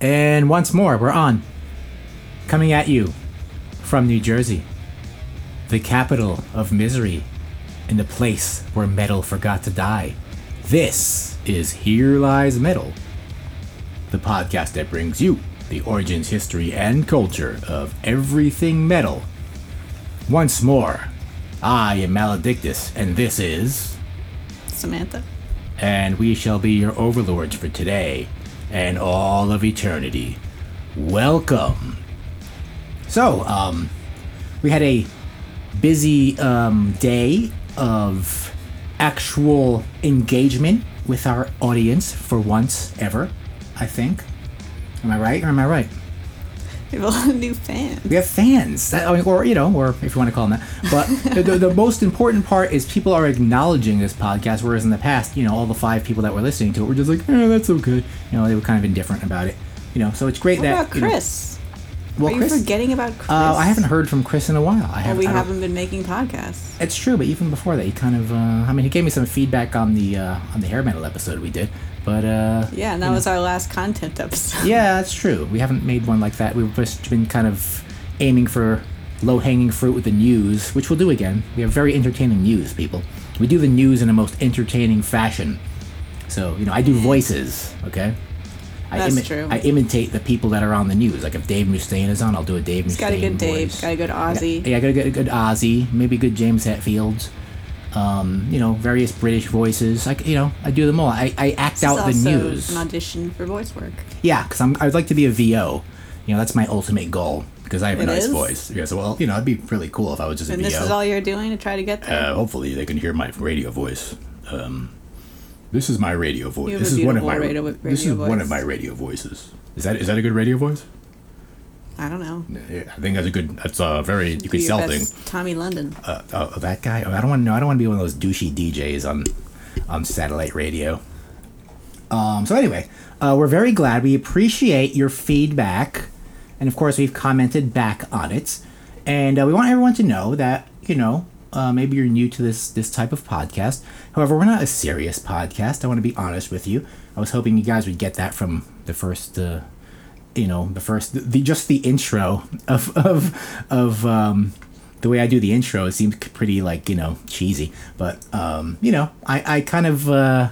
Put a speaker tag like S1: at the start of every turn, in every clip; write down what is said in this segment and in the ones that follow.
S1: And once more, we're on. Coming at you from New Jersey, the capital of misery, and the place where metal forgot to die. This is Here Lies Metal, the podcast that brings you the origins, history, and culture of everything metal. Once more, I am Maledictus, and this is
S2: Samantha.
S1: and we shall be your overlords for today and all of eternity. Welcome. So, um, we had a busy um, day of actual engagement with our audience for once ever, I think. Am I right or am I right?
S2: We have a lot of new fans.
S1: We have fans, that, I mean, or you know, or if you want to call them that. But the, the, the most important part is people are acknowledging this podcast, whereas in the past, you know, all the five people that were listening to it were just like, "Oh, that's okay," you know, they were kind of indifferent about it. You know, so it's great
S2: What
S1: that
S2: about
S1: you know-
S2: Chris?
S1: well,
S2: Are you
S1: Chris,
S2: forgetting about Chris?
S1: Uh, I haven't heard from Chris in a while. I
S2: Well,
S1: have.
S2: we
S1: I don't-
S2: haven't been making podcasts.
S1: It's true, but even before that, he kind of. Uh, I mean, he gave me some feedback on the uh, on the hair metal episode we did, but uh,
S2: Yeah, and that was our last content episode.
S1: Yeah, that's true. We haven't made one like that. We've just been kind of aiming for low hanging fruit with the news, which we'll do again. We have very entertaining news, people. We do the news in a most entertaining fashion. So, you know, I do voices, okay? I
S2: That's true.
S1: I imitate the people that are on the news. Like if Dave Mustaine is on, I'll do a Dave Mustaine.
S2: Got a good Dave.
S1: voice.
S2: Got a good Aussie.
S1: Yeah, I gotta get a good Ozzy, maybe good James Hetfield. Um, you know, various British voices. Like you know, I do them all. I, I act
S2: This is
S1: out the
S2: also
S1: news.
S2: An audition for voice work.
S1: Yeah, because I'm I'd like to be a VO. You know, that's my ultimate goal because I have a
S2: It
S1: nice
S2: is?
S1: voice. Yeah, so well, you know, it'd be really cool if I was just a
S2: And
S1: VO.
S2: this is all you're doing to try to get there.
S1: uh, hopefully, they can hear my radio voice. Um, this is my radio voice.
S2: You have
S1: this
S2: a
S1: is one of
S2: beautiful
S1: my
S2: radio-
S1: this is
S2: radio
S1: one of
S2: voice.
S1: my radio voices. Is that is that a good radio voice?
S2: I don't know.
S1: Yeah, I think that's a good. That's a very you could
S2: Your
S1: sell thing.
S2: best Tommy London.
S1: Uh, oh, that guy. Oh, I don't want to know. I don't want to be one of those douchey DJs on on satellite radio. Um, so anyway, uh, we're very glad. We appreciate your feedback, and of course, we've commented back on it. And uh, we want everyone to know that you know uh, maybe you're new to this this type of podcast. However, we're not a serious podcast. I want to be honest with you. I was hoping you guys would get that from the first. Uh, you know the first the, the just the intro of of of um the way I do the intro it seems c- pretty like you know cheesy but um you know I I kind of uh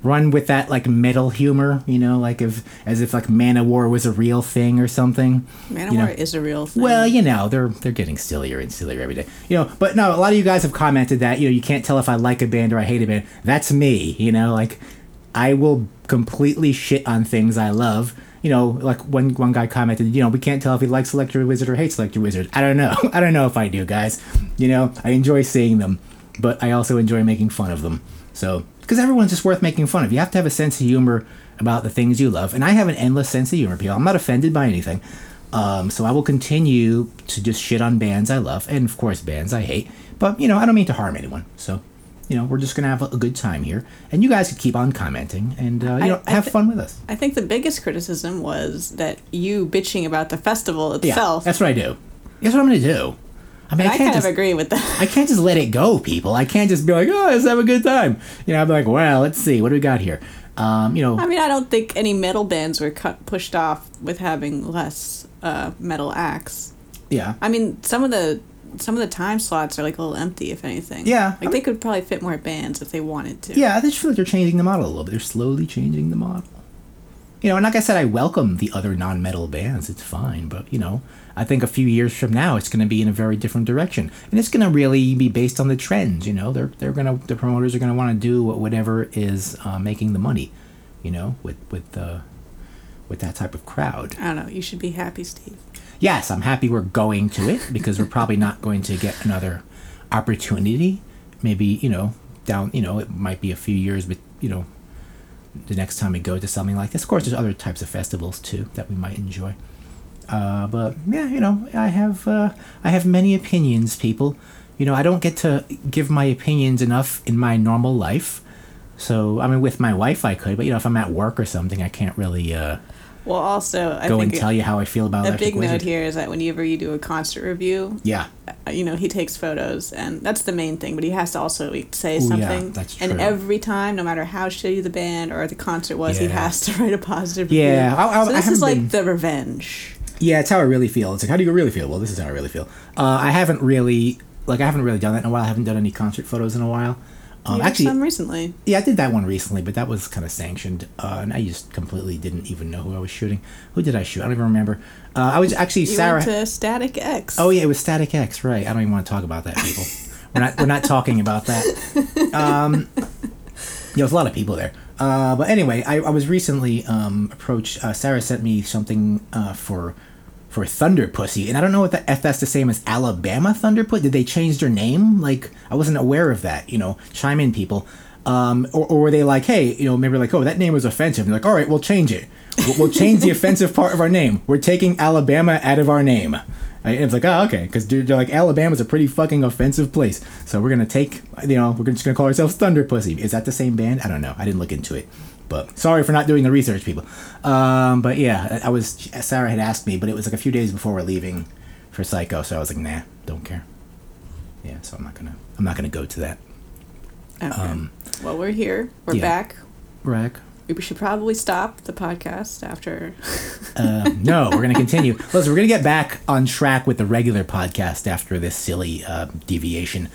S1: run with that like metal humor you know like if as if like man of war was a real thing or something
S2: Man
S1: you know.
S2: War is a real thing.
S1: well, you know, they're they're getting sillier and sillier every day. You know, but no, a lot of you guys have commented that, you know, you can't tell if I like a band or I hate a band. That's me, you know, like I will completely shit on things I love. You know, like one one guy commented, you know, we can't tell if he likes Electro Wizard or hates Electro Wizard. I don't know. I don't know if I do, guys. You know, I enjoy seeing them, but I also enjoy making fun of them. So, because everyone's just worth making fun of. You have to have a sense of humor about the things you love, and I have an endless sense of humor, people. I'm not offended by anything. Um, so I will continue to just shit on bands I love, and of course bands I hate. But you know, I don't mean to harm anyone. So, you know, we're just gonna have a, a good time here, and you guys could keep on commenting and uh, you know
S2: I
S1: have
S2: thi-
S1: fun with us.
S2: I think the biggest criticism was that you bitching about the festival
S1: Yeah,
S2: itself.
S1: that's what I do. That's what I'm gonna do. I mean, I,
S2: I
S1: can't
S2: kind
S1: just,
S2: of agree with that.
S1: I can't just let it go, people. I can't just be like, oh, let's have a good time. You know, I'm like, well, let's see, what do we got here? Um, you know,
S2: I mean, I don't think any metal bands were cut pushed off with having less uh, metal acts.
S1: yeah.
S2: I mean, some of the some of the time slots are like a little empty, if anything.
S1: Yeah.
S2: like they could probably fit more bands if they wanted to.
S1: Yeah, I just feel like they're changing the model a little bit. They're slowly changing the model. You know, and like I said, I welcome the other non metal bands. It's fine, but you know, I think a few years from now, it's going to be in a very different direction, and it's going to really be based on the trends. You know, they're they're going to the promoters are going to want to do what whatever is uh, making the money. You know, with with uh, with that type of crowd.
S2: I don't know. You should be happy, Steve.
S1: Yes, I'm happy we're going to it because we're probably not going to get another opportunity. Maybe, you know, down, you know, it might be a few years, but, you know, the next time we go to something like this. Of course, there's other types of festivals too that we might enjoy. Uh, but yeah, you know, I have uh, I have many opinions, people. You know, I don't get to give my opinions enough in my normal life. So I mean, with my wife, I could, but you know, if I'm at work or something, I can't really. Uh,
S2: Well, also, I
S1: go and
S2: think
S1: tell you how I feel about
S2: a
S1: Electric
S2: big note
S1: Wizard.
S2: here is that whenever you do a concert review,
S1: Yeah,
S2: uh, you know, he takes photos, and that's the main thing, but he has to also say
S1: Ooh, yeah,
S2: something.
S1: that's true.
S2: And every time, no matter how shitty the band or the concert was, he
S1: Yeah.
S2: has to write a positive review.
S1: Yeah, I- I-
S2: so
S1: I
S2: this
S1: haven't
S2: is like
S1: been-
S2: the revenge.
S1: yeah, it's how I really feel. It's like, how do you really feel? Well, this is how I really feel. Uh, I haven't really like I haven't really done that in a while. I haven't done any concert photos in a while. Um,
S2: You did
S1: actually,
S2: some recently.
S1: yeah, I did that one recently, but that was kind of sanctioned, uh, and I just completely didn't even know who I was shooting. Who did I shoot? I don't even remember. Uh, I was actually
S2: You
S1: Sarah.
S2: went to Static X.
S1: Oh yeah, it was Static X, right? I don't even want to talk about that, people. we're not we're not talking about that. Um, there was a lot of people there. Uh, but anyway, I, I was recently um, approached. Uh, Sarah sent me something uh, for for Thunder Pussy, and I don't know what the, if that's the same as Alabama Thunder Pussy. Did they change their name? Like I wasn't aware of that. You know, chime in, people. Um, or, or were they like, hey, you know, maybe like, oh, that name was offensive. And they're like, all right, we'll change it. We'll, we'll change the offensive part of our name. We're taking Alabama out of our name. I- It's like, oh, okay, because they're like, Alabama's a pretty fucking offensive place. So we're going to take, you know, we're just going to call ourselves Thunder Pussy. Is that the same band? I don't know. I didn't look into it. But sorry for not doing the research, people. Um, but yeah, I- I was, Sarah had asked me, but it was like a few days before we're leaving for Psycho. So I was like, nah, don't care. Yeah, so I'm not going to, I'm not going to go to that.
S2: Okay. well, we're here. We're
S1: um, yeah.
S2: back.
S1: Rack.
S2: We should probably stop the podcast after.
S1: Uh, no, we're going to continue. Listen, we're going to get back on track with the regular podcast after this silly uh, deviation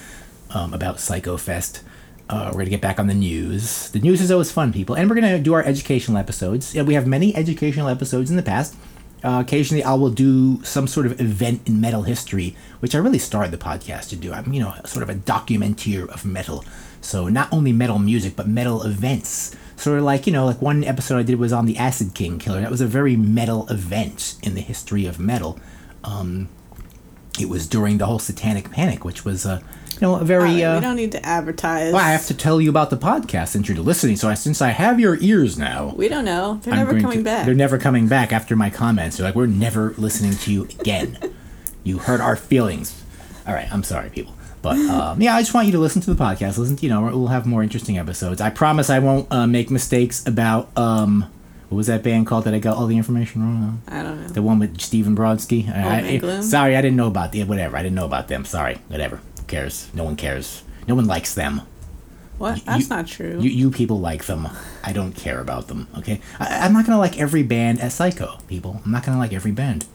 S1: um, about Psycho Fest. Uh, we're going to get back on the news. The news is always fun, people. And we're going to do our educational episodes. Yeah, we have many educational episodes in the past. Uh, occasionally, I will do some sort of event in metal history, which I really started the podcast to do. I'm, you know, sort of a documenteer of metal. So not only metal music, but metal events. Sort of like, you know, like one episode I did was on the Acid King Killer. That was a very metal event in the history of metal. Um, it was during the whole Satanic Panic, which was, uh, you know, a
S2: All right,
S1: very.
S2: we
S1: uh,
S2: don't need to advertise.
S1: well, I have to tell you about the podcast since you're listening. So I, since I have your ears now,
S2: We don't know. They're
S1: I'm
S2: never
S1: going
S2: coming
S1: to-
S2: back.
S1: They're never coming back after my comments. They're like, we're never listening to you again. you hurt our feelings. All right, I'm sorry, people. But um, yeah, I just want you to listen to the podcast. Listen, to, you know, we'll have more interesting episodes. I promise I won't uh, make mistakes about um, what was that band called that I got all the information wrong on?
S2: I don't know.
S1: The one with Steven Brodsky. I-
S2: Um, Man
S1: I-
S2: Gloom?
S1: sorry, I didn't know about the whatever. I didn't know about them. Sorry, whatever. Who cares? No one cares. No one likes them.
S2: What? That's not true.
S1: You, you people like them. I don't care about them. Okay, I, I'm not gonna like every band as Psycho. People, I'm not gonna like every band.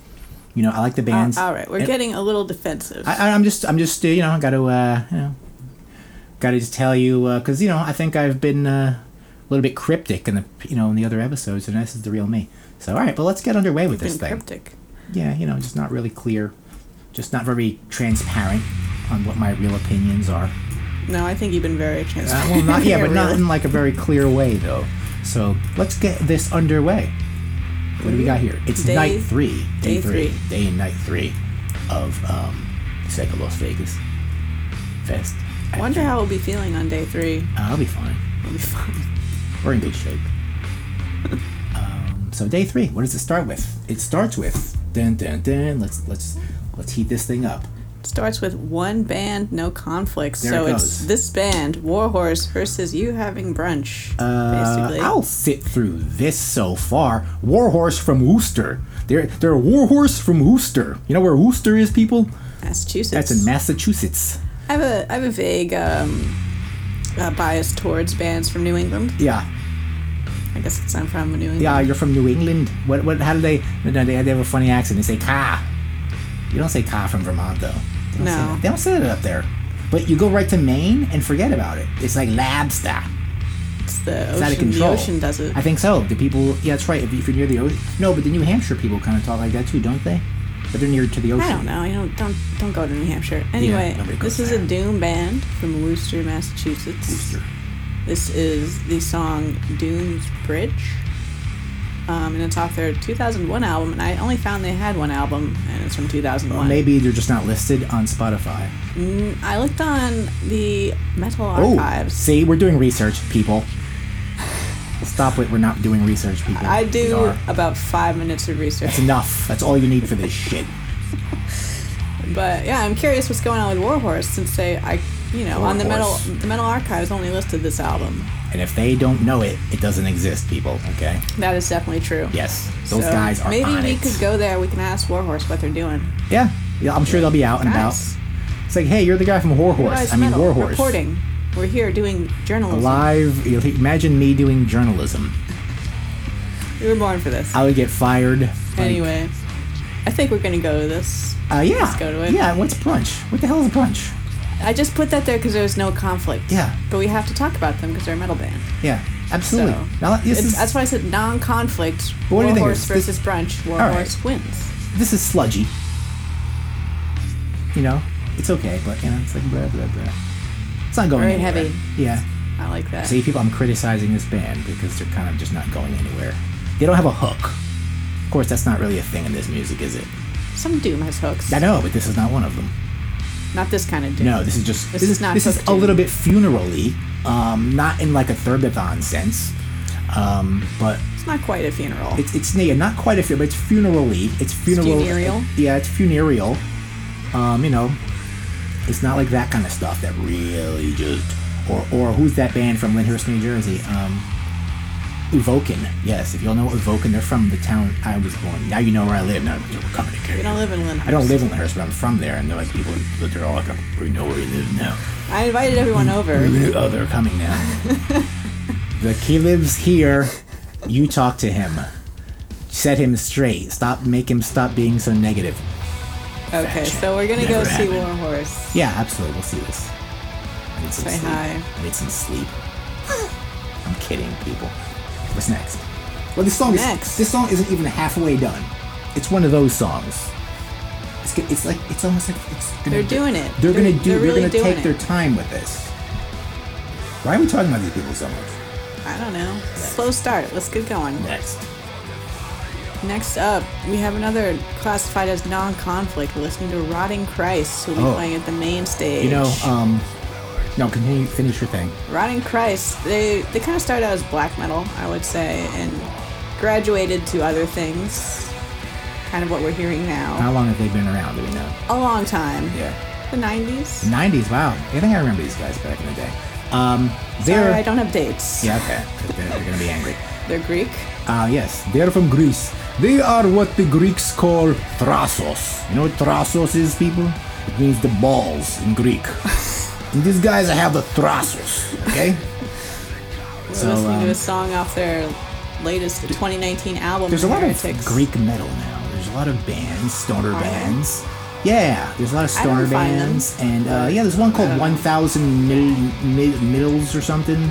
S1: You know, I like the bands.
S2: Uh, all right, we're
S1: and-
S2: getting a little defensive.
S1: I, I'm just, I'm just, uh, you know, I got to, uh, you know, got to just tell you because you know, I think I've been uh, a little bit cryptic in the, you know, in the other episodes, and this is the real me. So, all right, but let's get underway with this
S2: Been
S1: thing.
S2: cryptic.
S1: Yeah, you know, just not really clear, just not very transparent on what my real opinions are.
S2: No, I think you've been very
S1: Uh,
S2: transparent.
S1: well, not yeah, but not
S2: Really.
S1: in like a very clear way though. So let's get this underway. What do we got here? It's
S2: Day-
S1: night three, day,
S2: day
S1: three.
S2: three.
S1: day and night three of um, Psycho Las Vegas Fest. Uh,
S2: I wonder how we'll be feeling on day three.
S1: I'll be fine.
S2: We'll be fine.
S1: We're in good shape. um, so day three. What does it start with? It starts with dun dun dun. Let's let's let's heat this thing up.
S2: Starts with one band, no conflicts.
S1: There
S2: so
S1: it
S2: it's
S1: goes.
S2: this band, Warhorse, versus you having brunch.
S1: Uh,
S2: basically,
S1: I'll sit through this so far. Warhorse from Worcester. They're they're Warhorse from Worcester. You know where Worcester is, people?
S2: Massachusetts.
S1: That's in Massachusetts.
S2: I have a I have a vague um, uh, bias towards bands from New England.
S1: Yeah,
S2: I guess since I'm from New England.
S1: yeah. You're from New England. What what? How do they? No, they, they have a funny accent. They say "ca." You don't say "ca" from Vermont though. They don't say
S2: No.
S1: that. they don't say that up there. But you go right to Maine and forget about it. It's like labster.
S2: It's the
S1: It's out of
S2: ocean. The
S1: control.
S2: ocean does it.
S1: I think so. The people. Yeah, that's right. If, if you're near the ocean. No, but the New Hampshire people kind of talk like that too, don't they? But they're near to the ocean.
S2: I don't know. I don't don't don't go to New Hampshire. Anyway,
S1: nobody goes
S2: this is a
S1: there.
S2: doom band from Worcester, Massachusetts. This is the song Doom's Bridge. Um, and it's off their 2001 album, and I only found they had one album, and it's from 2001.
S1: Maybe they're just not listed on Spotify.
S2: Mm, I looked on the Metal
S1: Oh,
S2: Archives.
S1: see, we're doing research, people. Stop it. We're not doing research, people.
S2: I
S1: We
S2: do
S1: are.
S2: about five minutes of
S1: It's
S2: research.
S1: enough. That's all you need for this shit.
S2: But yeah, I'm curious what's going on with Warhorse since they, I you know,
S1: Or
S2: on the metal
S1: horse.
S2: the metal archives only listed this album.
S1: And if they don't know it, it doesn't exist, people. Okay.
S2: That is definitely true.
S1: Yes, those
S2: So
S1: guys are
S2: Maybe
S1: on
S2: we
S1: it.
S2: could go there. We can ask Warhorse what they're doing.
S1: Yeah, yeah. I'm sure they'll be out and
S2: Nice.
S1: about. It's like, hey, you're the guy from War Horse.
S2: Guys,
S1: I mean,
S2: metal,
S1: War Horse.
S2: Reporting. We're here doing journalism.
S1: Live. you know, Imagine me doing journalism.
S2: We were born for this.
S1: I would get fired. like-
S2: anyway, I think we're gonna go to this.
S1: Uh, yeah.
S2: Let's go to it.
S1: Yeah. What's brunch? What the hell is brunch?
S2: I just put that there because there was no conflict.
S1: Yeah.
S2: But we have to talk about them because they're a metal band.
S1: Yeah. Absolutely.
S2: So
S1: Now, this,
S2: it's-
S1: is,
S2: that's why I said non-conflict.
S1: But what do you think
S2: Warhorse
S1: it is?
S2: versus brunch.
S1: right.
S2: Warhorse wins.
S1: this is sludgy. You know, it's okay, but you know, it's like blah blah blah. It's not going
S2: Very
S1: anywhere.
S2: heavy.
S1: Yeah.
S2: I like that.
S1: See, people, I'm criticizing this band because they're kind of just not going anywhere. They don't have a hook. Of course, that's not really a thing in this music, is it?
S2: Some doom has hooks.
S1: I know, but this is not one of them.
S2: Not this kind of doom.
S1: No, this is just
S2: This is not
S1: this is
S2: hooked
S1: a
S2: in.
S1: little bit funerally, um, not in like a Thurbathon sense, um, but
S2: It's not quite a funeral.
S1: it's it's yeah, not quite a funeral, but it's funerally. It's funeral.
S2: funereal?
S1: Yeah, it's funereal. Um, you know, it's not like that kind of stuff that really just or or who's that band from Lyndhurst, New Jersey? Um, Evoken. Yes, if you all know Evoken, they're from the town I was born. Now you know where I live. Now we're coming to
S2: we
S1: Cary.
S2: don't live in Lyndhurst.
S1: I don't live in Lyndhurst, but I'm from there, and they're like people. They're all like, we know where you live now.
S2: I invited everyone over.
S1: Oh, they're coming now. the Caleb's here. You talk to him. Set him straight. Stop. Make him stop being so negative.
S2: Okay, so we're gonna go
S1: Never
S2: see
S1: happened.
S2: Warhorse.
S1: Yeah, absolutely. We'll see this. I need some
S2: Say
S1: sleep.
S2: hi.
S1: I need some sleep. I'm kidding, people. What's next? Well, this song
S2: Next.
S1: is this song isn't even halfway done. It's one of those songs. It's, g- it's like it's almost like it's gonna,
S2: They're doing it.
S1: They're,
S2: They're-
S1: gonna do.
S2: they're
S1: They're,
S2: really
S1: gonna
S2: doing
S1: take
S2: it.
S1: their time with this. Why are we talking about these people so much?
S2: I don't know. Slow start. Let's get going.
S1: Next.
S2: Next up, we have another classified as non-conflict. We're listening to Rotting Christ, who'll be
S1: Oh.
S2: playing at the main stage.
S1: You know, um, no, continue, finish your thing.
S2: Rotting Christ. They they kind of started out as black metal, I would say, and graduated to other things. Kind of what we're hearing now.
S1: How long have they been around? Do we know?
S2: A long time.
S1: Uh-huh. Yeah.
S2: The 90s.
S1: 90s, wow. I think I remember these guys back in the day. Um, they're.
S2: Sorry, I don't have dates.
S1: yeah, okay. They're, they're gonna be angry.
S2: They're Greek.
S1: Uh, yes, they're from Greece. They are what the Greeks call thrasos. You know what thrasos is, people? It means the balls in Greek. and these guys have the thrasos, okay?
S2: We're
S1: So,
S2: listening to
S1: um,
S2: a song off their latest 2019 album.
S1: There's a lot
S2: Heretics.
S1: of Greek metal now. There's a lot of bands, stoner
S2: Are there?
S1: bands. Yeah, there's a lot of
S2: I don't
S1: stoner
S2: find them. Um,
S1: bands, and uh, yeah, there's one
S2: I
S1: called
S2: don't know.
S1: 1,000 Mil- Mil- Middles or something.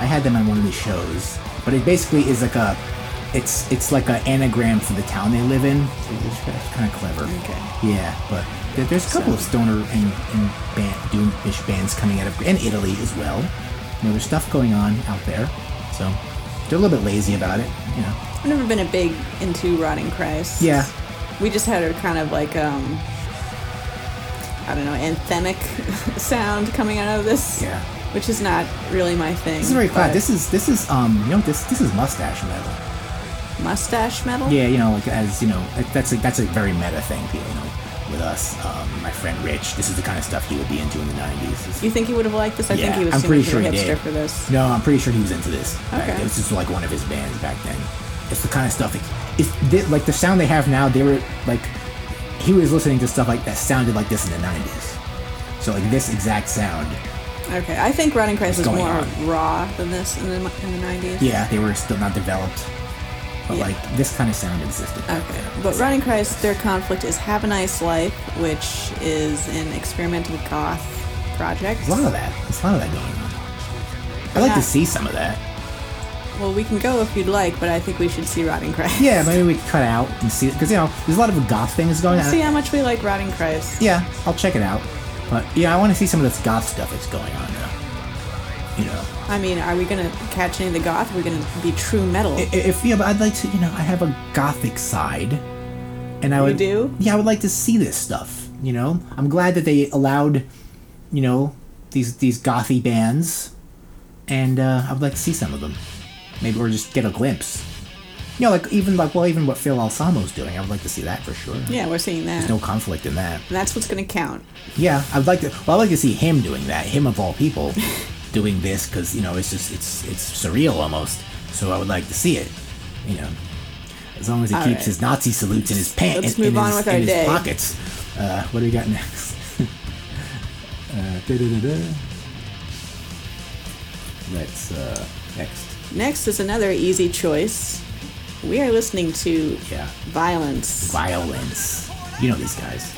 S1: I had them on one of these shows, but it basically is like a, it's it's like an anagram for the town they live in. It's kind of clever.
S2: Okay.
S1: Yeah, but there, there's a couple of stoner and, and band, doom-ish bands coming out of and Italy as well. You know, there's stuff going on out there, so they're a little bit lazy about it. You know.
S2: I've never been a big into Rotting Christ.
S1: Yeah.
S2: We just had a kind of like um I don't know, anthemic sound coming out of this.
S1: Yeah.
S2: Which is not really my thing.
S1: This is very
S2: but
S1: classic. This is this is um you know this this is mustache metal.
S2: mustache metal?
S1: Yeah, you know like as you know like, that's a, that's a very meta thing people you know with us. Um, my friend Rich, this is the kind of stuff he would be into in the nineties.
S2: You think he would have liked this? I think
S1: Yeah,
S2: he was
S1: I'm
S2: too
S1: pretty
S2: much of a
S1: sure he
S2: hipster
S1: did.
S2: for this.
S1: No, I'm pretty sure he was into this. Like,
S2: Okay.
S1: It was just like one of his bands back then. It's the kind of stuff. Like, it's they, like the sound they have now. They were like he was listening to stuff like that sounded like this in the nineties. So like this exact sound.
S2: Okay. I think Rotting Christ is
S1: going
S2: more
S1: on?
S2: raw than this in the in the nineties.
S1: Yeah, they were still not developed. But
S2: Yeah.
S1: like this kind of sound existed. back
S2: Okay.
S1: then.
S2: But Rotting Christ, their conflict is Have a Nice Life, which is an experimental goth project.
S1: There's a lot of that. There's a lot of that going on. I'd like
S2: Yeah.
S1: to see some of that.
S2: Well, we can go if you'd like, but I think we should see Rotting Christ.
S1: Yeah, maybe we could cut out and see because you know there's a lot of goth things going on.
S2: See how much we like Rotting Christ.
S1: yeah, I'll check it out. But yeah, I want to see some of this goth stuff that's going on now. You know,
S2: I mean, are we gonna catch any of the goth? We're gonna be true metal.
S1: I- if yeah, but I'd like to. You know, I have a gothic side, and I would
S2: do?
S1: Yeah, I would like to see this stuff. You know, I'm glad that they allowed, you know, these these gothy bands, and uh, I would like to see some of them. Maybe or just get a glimpse. You know, like even like well, even what Phil Alsamo's doing, I would like to see that for sure.
S2: Yeah, we're seeing that.
S1: There's no conflict in that.
S2: And that's what's going to count.
S1: Yeah, I'd like to. Well, I'd like to see him doing that. Him of all people, doing this because you know it's just it's it's surreal almost. So I would like to see it. You know, as long as he
S2: All
S1: keeps
S2: right.
S1: his Nazi salutes in his pants.
S2: Let's
S1: in,
S2: move
S1: in
S2: on
S1: his,
S2: with our
S1: in
S2: day.
S1: his pockets. Uh, what do we got next? uh, da-da-da-da. Let's uh, next.
S2: Next is another easy choice. We are listening to
S1: Yeah.
S2: Violence.
S1: Violence. You know these guys.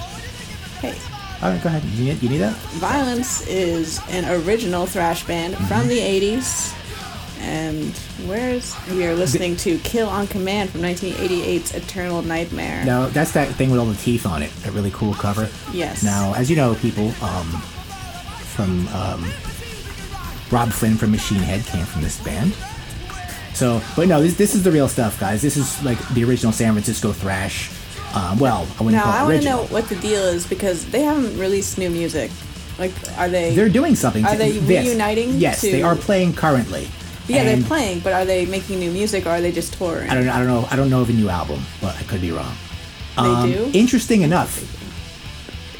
S2: Hey,
S1: All right, go ahead. You need, you need that?
S2: Violence is an original thrash band
S1: Mm-hmm.
S2: from the 80s. And where's we are listening to Kill on Command from 1988's Eternal Nightmare.
S1: No, that's that thing with all the teeth on it. That really cool cover.
S2: Yes.
S1: Now, as you know, people um, from um, Rob Flynn from Machine Head came from this band. So, but no, this this is the real stuff, guys. This is like the original San Francisco thrash. Um, well, I wouldn't
S2: Now
S1: call it
S2: I want to
S1: original.
S2: know what the deal is because they haven't released new music. Like, are they?
S1: They're doing something.
S2: Are
S1: to
S2: they
S1: this.
S2: reuniting
S1: Yes,
S2: to-
S1: they are playing currently.
S2: yeah,
S1: And
S2: they're playing, but are they making new music or are they just touring?
S1: I don't, I don't know. I don't know of a new album, but I could be wrong.
S2: They do?
S1: Um, Interesting enough,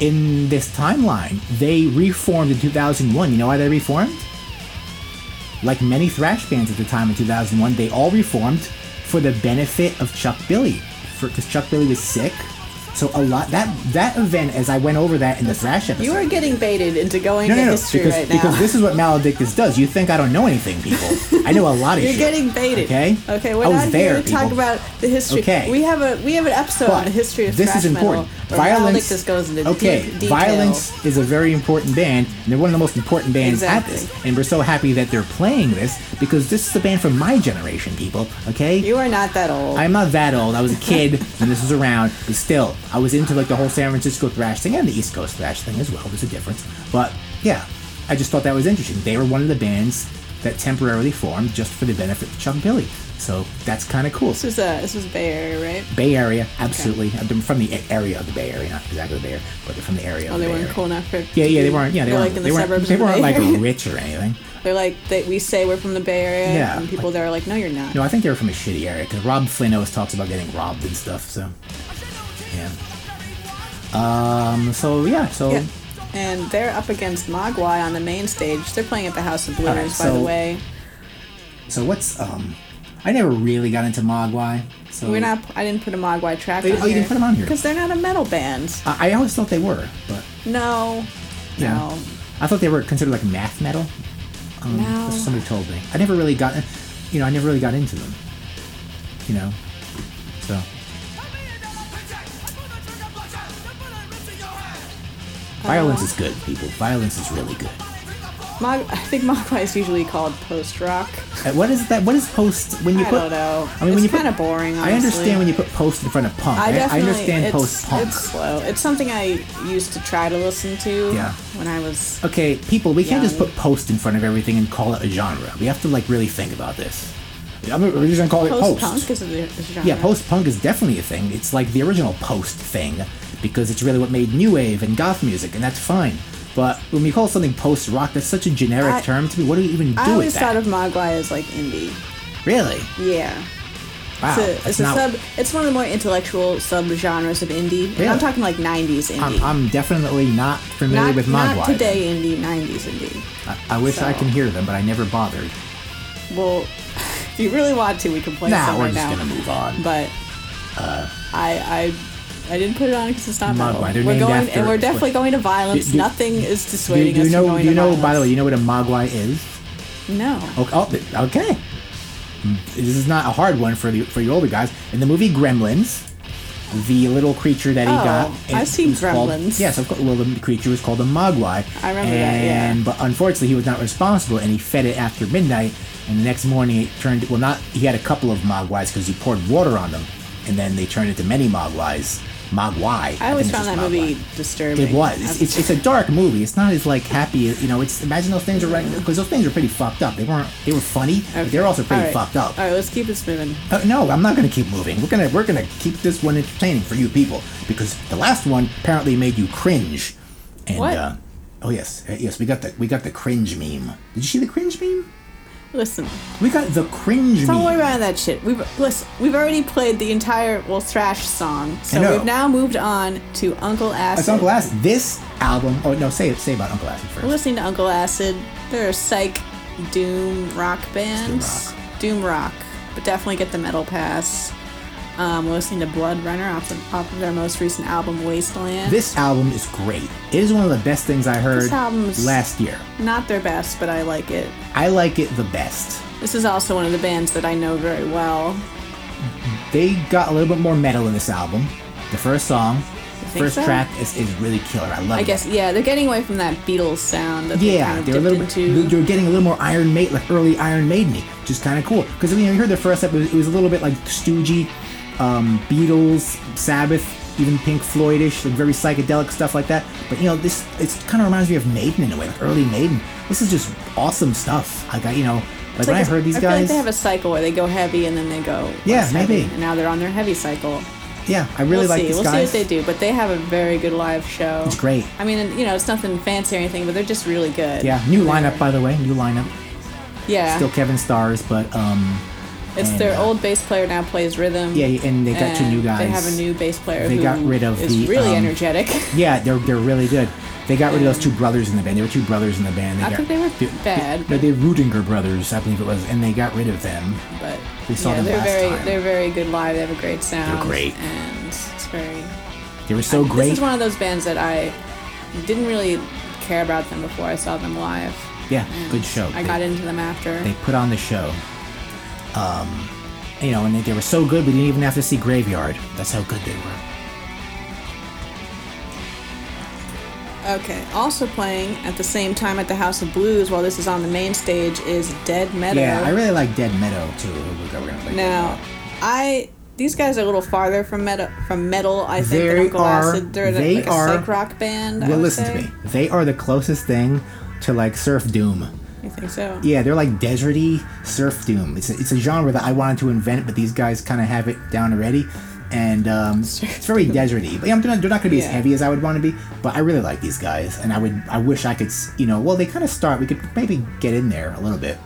S1: in this timeline, they reformed in 2001. You know why they reformed? Like many thrash bands at the time in 2001, they all reformed for the benefit of Chuck Billy, because Chuck Billy was sick. So a lot that that event, as I went over that in the thrash episode,
S2: you are getting baited into going
S1: no,
S2: to
S1: no, no,
S2: history
S1: because,
S2: right now.
S1: because this is what maledictus does. You think I don't know anything, people? I know a lot of
S2: You're
S1: shit,
S2: getting baited.
S1: Okay.
S2: Okay. We're
S1: I was
S2: not
S1: there,
S2: here to talk
S1: people.
S2: about the history.
S1: Okay.
S2: We have a we have an episode on
S1: But
S2: the history of
S1: this is
S2: thrash
S1: important.
S2: metal. where
S1: violence.
S2: Maledictus goes into
S1: okay,
S2: deep detail.
S1: violence is a very important band, and they're one of the most important bands
S2: Exactly.
S1: at this. And we're so happy that they're playing this because this is a band from my generation, people. Okay,
S2: You are not that old.
S1: I'm not that old. I was a kid when this was around, but still, I was into like the whole San Francisco thrash thing and the East Coast thrash thing as well. There's a difference, but yeah, I just thought that was interesting. They were one of the bands that temporarily formed just for the benefit of Chuck Billy, so that's kind of cool.
S2: this was uh this was Bay Area, right?
S1: Bay Area, absolutely. Uh, They're from the a- area of the Bay Area, not exactly the Bay Area, but they're from the area.
S2: Oh,
S1: of the
S2: they
S1: Bay
S2: weren't
S1: Area.
S2: cool enough for.
S1: Yeah, yeah, they weren't. Yeah, they
S2: They're
S1: weren't.
S2: like in
S1: they
S2: the
S1: weren't.
S2: suburbs.
S1: they
S2: of the
S1: weren't
S2: Bay
S1: like
S2: Area.
S1: rich or anything.
S2: They're like they, we say we're from the Bay Area,
S1: Yeah,
S2: and people
S1: like-
S2: there are like, no, you're not.
S1: No, I think they were from a shitty area because Rob Flynn always talks about getting robbed and stuff. So, yeah. Um. So yeah. So.
S2: Yeah. And they're up against Mogwai on the main stage. They're playing at the House of Blues,
S1: right,
S2: by the
S1: so-
S2: way.
S1: So what's um. I never really got into Mogwai. So
S2: We're not. I didn't put a Mogwai track.
S1: um, They-
S2: on
S1: oh, you didn't put 'em on here.
S2: because they're not a metal band.
S1: I, I always thought they were, but
S2: No.
S1: yeah.
S2: No.
S1: I thought they were considered like math metal. Um,
S2: No.
S1: Somebody told me. I never really got, you know, I never really got into them. You know, so violence is good, people. Violence is really good.
S2: Mog- I think Mogwai is usually called post rock.
S1: Uh, What is that? What is post when you
S2: I
S1: put?
S2: don't know.
S1: I mean, when
S2: It's
S1: you put-
S2: kinda boring,
S1: I understand
S2: honestly.
S1: when you put post in front of punk. I, I
S2: definitely.
S1: understand
S2: it's,
S1: post punk.
S2: It's slow. It's something I used to try to listen to.
S1: Yeah.
S2: When I was.
S1: Okay, people, we can't just
S2: Young.
S1: put post in front of everything and call it a genre. We have to like really think about this. I'm, we're just gonna call it
S2: Post
S1: post.
S2: punk is a is a genre.
S1: Yeah, post punk is definitely a thing. It's like the original post thing because it's really what made new wave and goth music, and that's fine. But when we call something post rock, that's such a generic
S2: I-
S1: term to me. What do you even do
S2: I
S1: with
S2: always
S1: that?
S2: thought of Mogwai as like indie.
S1: really?
S2: Yeah.
S1: Wow,
S2: It's, a,
S1: that's
S2: it's a
S1: not.
S2: sub. It's one of the more intellectual subgenres of indie. And
S1: Really?
S2: I'm talking like '90s indie.
S1: I'm, I'm definitely not familiar
S2: not,
S1: with Mogwai.
S2: not today indie, '90s indie.
S1: I, I wish I
S2: so-
S1: can hear them, but I never bothered.
S2: Well, if you really want to, we can play
S1: Nah,
S2: some
S1: we're
S2: right
S1: just
S2: now.
S1: gonna move on. Uh,
S2: But I, I, I didn't put it on because it's not metal.
S1: Mogwai, they're
S2: We're
S1: named
S2: going,
S1: after-
S2: and we're definitely going to violence.
S1: Do- do-
S2: Nothing is
S1: do, do
S2: dissuading
S1: you
S2: us
S1: know?
S2: from going
S1: do you
S2: to
S1: know?
S2: violence.
S1: By the way, you know what a Mogwai is?
S2: no.
S1: Okay. Oh, th- okay. Mm, This is not a hard one for the for you older guys. In the movie Gremlins, the little creature that he
S2: Oh,
S1: got. it
S2: I've seen
S1: was called-
S2: Gremlins.
S1: yes, of course. Well, the creature was called a Mogwai.
S2: I remember that, yeah.
S1: and, But unfortunately, he was not responsible, and he fed it after midnight. And the next morning, it turned. Well, not he had a couple of Mogwais because he poured water on them, and then they turned into many Mogwais. Mogwai.
S2: I always
S1: think it's
S2: found
S1: just
S2: that
S1: Mogwai.
S2: movie disturbing.
S1: It was.
S2: As-
S1: It's, it's, it's a dark movie. It's not as like happy. You know, it's imagine those things are right because those things are pretty fucked up. They weren't. They were funny. but They're also pretty
S2: All right.
S1: fucked up.
S2: All right, let's keep this moving.
S1: Uh, no, I'm not gonna keep moving. We're gonna we're gonna keep this one entertaining for you people because the last one apparently made you cringe. And,
S2: What?
S1: Uh, oh yes, Uh, yes. We got the we got the cringe meme. Did you see the cringe meme?
S2: Listen,
S1: We got the cringe
S2: don't worry
S1: meme.
S2: about that shit. We've listen, we've already played the entire well thrash song,
S1: I know.
S2: so we've now moved on to Uncle Acid.
S1: That's Uncle Acid. This album. Oh no, say say about Uncle Acid first.
S2: We're listening to Uncle Acid. They're a psych doom rock band.
S1: It's
S2: Doom rock, but definitely get the metal pass. Um, we're listening to Blood Runner off, the, off of their most recent album, Wasteland.
S1: This album is great. It is one of the best things I heard
S2: This album's-
S1: last year.
S2: Not their best, but I like it.
S1: I like it the best.
S2: This is also one of the bands that I know very well.
S1: They got a little bit more metal in this album. The first song, the
S2: think
S1: first
S2: so?
S1: track is, is really killer. I love it.
S2: I guess, yeah, they're getting away from that Beatles sound that they kind
S1: Yeah,
S2: of
S1: they're a
S2: dipped
S1: little bit.
S2: into.
S1: You're getting a little more Iron Maiden, like early Iron Maiden, which is kind of cool. Because you know, you heard the first step, it was, it was a little bit like Stoogie, um, Beatles, Sabbath, even Pink Floydish, like very psychedelic stuff like that. But you know, this it kind of reminds me of Maiden in a way, like early Maiden. This is just awesome stuff. Like I, you know, like
S2: It's
S1: when I
S2: like a-
S1: heard these
S2: I feel like
S1: guys,
S2: they have a cycle where they go heavy and then they go.
S1: Yeah,
S2: less heavy,
S1: maybe.
S2: And now they're on their heavy cycle.
S1: yeah, I really
S2: we'll
S1: like
S2: see.
S1: these
S2: we'll
S1: guys.
S2: see what they do, but they have a very good live show.
S1: It's great.
S2: I mean, and, you know, it's nothing fancy or anything, but they're just really good.
S1: yeah, new lineup by the way, new lineup.
S2: Yeah.
S1: Still Kevin Stars, but um,
S2: it's
S1: and,
S2: their
S1: uh,
S2: old bass player now plays rhythm.
S1: yeah, and they got two
S2: and
S1: new guys.
S2: They have a new bass player.
S1: They
S2: who
S1: got rid of
S2: is
S1: the,
S2: really
S1: um,
S2: energetic.
S1: Yeah, they're they're really good. They got rid of those two brothers in the band. There were two brothers in the band. They
S2: I
S1: got,
S2: think they were bad,
S1: No, the Rudinger brothers, I believe it was, and they got rid of them.
S2: but
S1: We saw
S2: yeah,
S1: them
S2: they're
S1: last
S2: very
S1: time.
S2: they're very good live. They have a great sound.
S1: great.
S2: and it's very.
S1: They were so
S2: This
S1: great.
S2: is one of those bands that I didn't really care about them before I saw them live.
S1: yeah,
S2: and
S1: good show.
S2: I
S1: they,
S2: got into them after.
S1: They put on the show. Um, you know, and they, they were so good. We didn't even have to see Graveyard. That's how good they were.
S2: Okay. Also playing at the same time at the House of Blues while this is on the main stage is Dead Meadow.
S1: Yeah, I really like Dead Meadow too. We're gonna play Dead
S2: now,
S1: Meadow.
S2: I these guys are a little farther from metal. From metal, I think.
S1: They
S2: than Uncle
S1: are-
S2: Acid. They're
S1: they
S2: like a
S1: are-
S2: psych rock band. I
S1: well,
S2: would
S1: listen
S2: say.
S1: to me. They are the closest thing to like Surf Doom.
S2: You think so?
S1: Yeah, they're like deserty surf doom. It's a, it's a genre that I wanted to invent, but these guys kind of have it down already, and um, it's very deserty. But yeah, they're not, they're not going to be as
S2: Yeah.
S1: heavy as I would want to be. But I really like these guys, and I would I wish I could s- you know well they kind of start. We could maybe get in there a little bit,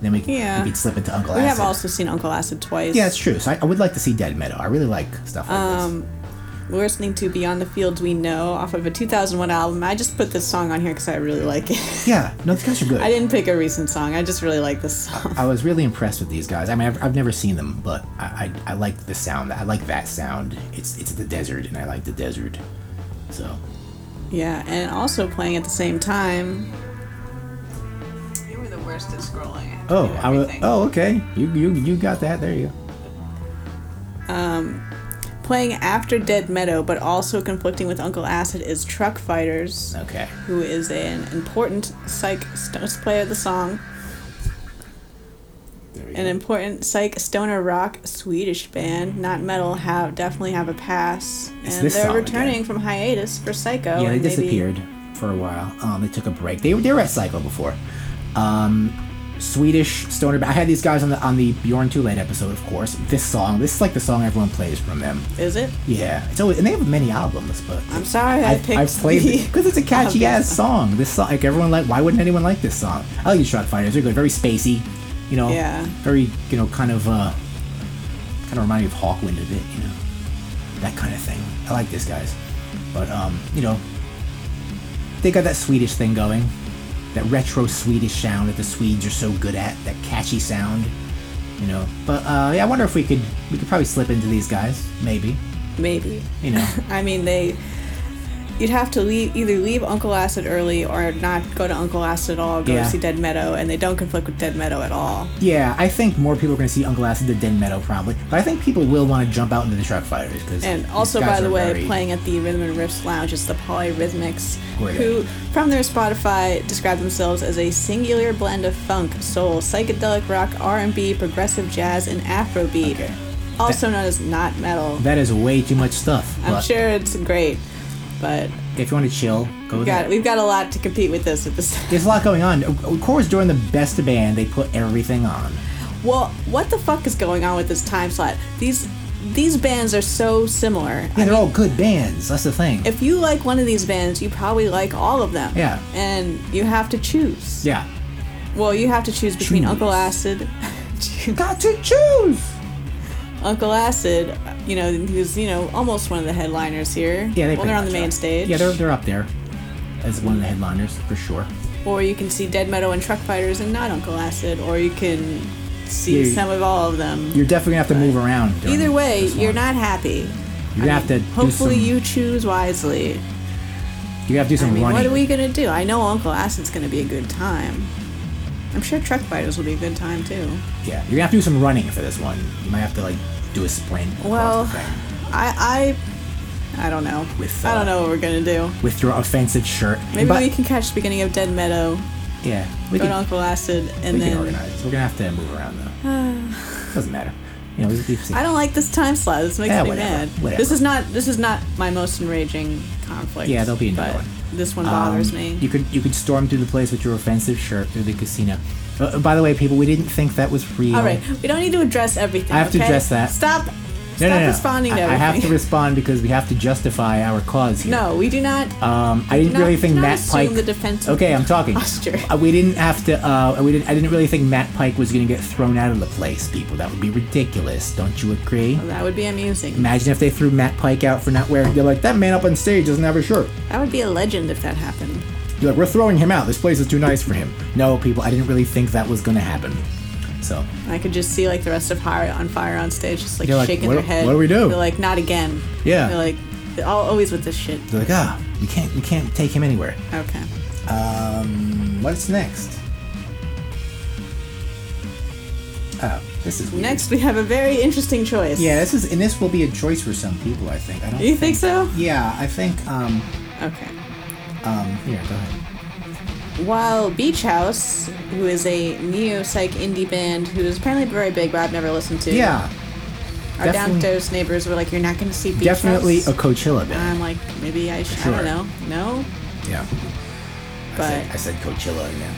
S1: then we could,
S2: Yeah.
S1: we could slip into Uncle
S2: We
S1: Acid.
S2: have also seen Uncle Acid twice.
S1: yeah, it's true. So I, I would like to see Dead Meadow. I really like stuff like this.
S2: Um, We're listening to Beyond the Fields We Know off of a 2001 album. I just put this song on here because I really like it.
S1: Yeah, no, these guys are good.
S2: I didn't pick a recent song. I just really like this song.
S1: I was really impressed with these guys. I mean, I've, I've never seen them, but I, I, I like the sound. I like that sound. It's it's the desert, and I like the desert. So
S2: Yeah, and also playing at the same time. You were the worst at scrolling. I had to
S1: oh,
S2: do
S1: I was,
S2: everything.
S1: oh okay. You you you got that. There you go.
S2: Playing after Dead Meadow, but also conflicting with Uncle Acid is Truck Fighters,
S1: Okay.
S2: who is an important psych stoner player of the song,
S1: There you
S2: an important psych stoner rock Swedish band, not metal, have definitely have a pass,
S1: It's
S2: and
S1: this
S2: they're
S1: song
S2: returning
S1: again.
S2: from hiatus for Psycho.
S1: yeah, they
S2: Oh, and maybe-
S1: disappeared for a while. Um, they took a break. They, they were at Psycho before. Um, Swedish stoner. I had these guys on the on the Bjorn Too Late episode, of course. This song. This is like the song everyone plays from them.
S2: Is it?
S1: Yeah, it's always and they have many albums, but
S2: I'm sorry, I, picked. the-
S1: because it's a catchy ass song. This song, like everyone like, why wouldn't anyone like this song? I like these Shock Fighters. They're good, very spacey, you know.
S2: Yeah.
S1: Very, you know, kind of, uh, kind of remind me of Hawkwind a bit, you know, that kind of thing. I like these guys, but um, you know, they got that Swedish thing going, that retro Swedish sound that the Swedes are so good at, that catchy sound, you know. But uh, yeah, I wonder if we could, we could probably slip into these guys, maybe,
S2: maybe.
S1: you know.
S2: I mean, they. You'd have to leave, either leave Uncle Acid early or not go to Uncle Acid at all, go
S1: Yeah.
S2: to see Dead Meadow, and they don't conflict with Dead Meadow at all.
S1: Yeah, I think more people are going to see Uncle Acid than Den Meadow probably, but I think people will want to jump out into the Truck Fighters because
S2: And also, by the way, playing at the Rhythm and Riffs Lounge is the Polyrhythmics,
S1: Great.
S2: who, from their Spotify, describe themselves as a singular blend of funk, soul, psychedelic rock, R&B, progressive jazz, and Afrobeat,
S1: Okay.
S2: also known as not metal.
S1: that is way too much stuff.
S2: I'm
S1: but
S2: sure it's great, but
S1: if you want to chill, go
S2: we
S1: there.
S2: got, we've got a lot to compete with this at this.
S1: There's a lot going on. Of course, during the best band, they put everything on.
S2: Well, what the fuck is going on with this time slot? These these bands are so similar.
S1: Yeah, they're all good bands. That's the thing.
S2: If you like one of these bands, you probably like all of them.
S1: Yeah.
S2: And you have to choose.
S1: yeah,
S2: Well, you have to choose between
S1: Choose.
S2: Uncle Acid.
S1: Got to choose.
S2: Uncle Acid, you know, who's you know almost one of the headliners here.
S1: Yeah, they
S2: well,
S1: pretty
S2: they're on
S1: much
S2: the
S1: are.
S2: main stage.
S1: Yeah, they're they're up there as one of the headliners for sure.
S2: Or you can see Dead Meadow and Truck Fighters and not Uncle Acid, or you can see
S1: Yeah, you-
S2: some of all of them.
S1: You're definitely gonna have to move around. during
S2: Either way,
S1: this
S2: you're
S1: one.
S2: not happy.
S1: You're gonna have to.
S2: Hopefully,
S1: do some,
S2: you choose wisely.
S1: You're gonna have to do some
S2: I mean,
S1: running.
S2: what are we gonna do? I know Uncle Acid's gonna be a good time. I'm sure Truck Fighters will be a good time too.
S1: Yeah, you're gonna have to do some running for this one. You might have to like do a sprint. across
S2: Well,
S1: the thing
S2: I, I, I don't know.
S1: With,
S2: I
S1: uh,
S2: don't know what we're gonna do.
S1: with your offensive shirt.
S2: Maybe
S1: But-
S2: we can catch the beginning of Dead Meadow,
S1: Yeah, we
S2: go
S1: can.
S2: to Uncle Acid, and
S1: we
S2: then
S1: can organize. We're gonna have to move around though. Doesn't matter. You know, we, we've seen.
S2: I don't like this time slot. This makes
S1: Yeah,
S2: me
S1: whatever,
S2: mad.
S1: whatever.
S2: This is not this is not my most enraging conflict.
S1: Yeah, there'll be another
S2: but
S1: one.
S2: This one
S1: Um,
S2: bothers me.
S1: You could you could storm through the place with your offensive shirt through the casino. Uh, by the way, people, we didn't think that was real.
S2: All right, we don't need to address everything.
S1: I have to
S2: okay?
S1: address that.
S2: Stop.
S1: No,
S2: stop
S1: no, no.
S2: responding to
S1: I, I
S2: everything.
S1: have to respond because we have to justify our cause here.
S2: No, we do not.
S1: Um, I didn't
S2: Not-
S1: really think
S2: not
S1: Matt
S2: assume
S1: Pike.
S2: the defensive
S1: okay, I'm talking.
S2: posture.
S1: Uh, We didn't have to. Uh, we didn't. I didn't really think Matt Pike was going to get thrown out of the place. People, that would be ridiculous. Don't you agree?
S2: that would be amusing.
S1: Imagine if they threw Matt Pike out for not wearing. They're like, that man up on stage doesn't have a shirt.
S2: That would be a legend if that happened.
S1: You're like, we're throwing him out. This place is too nice for him. No, people, I didn't really think that was going to happen. So,
S2: I could just see like the rest of High on Fire on stage, just like
S1: You're like,
S2: shaking
S1: "What-
S2: their head.
S1: what do we do?"
S2: They're like, not again.
S1: Yeah.
S2: They're like, they're al- always with this shit.
S1: they're like, ah, we can't. We can't take him anywhere.
S2: Okay.
S1: Um, what's next? Oh, this is weird.
S2: Next, we have a very interesting choice.
S1: Yeah, this is and this will be a choice for some people. I think. I don't.
S2: You think so?
S1: Yeah, I think. Um,
S2: Okay.
S1: um, here, go ahead.
S2: While Beach House, who is a neo psych indie band who is apparently very big, but I've never listened to.
S1: Yeah,
S2: Our
S1: definitely-
S2: downstairs neighbors were like, "You're not going to see Beach
S1: definitely
S2: House."
S1: a Coachella
S2: And
S1: band.
S2: I'm like, maybe I should. I
S1: Sure.
S2: don't know. No.
S1: yeah, I said,
S2: Uh, But-
S1: I said Coachella again.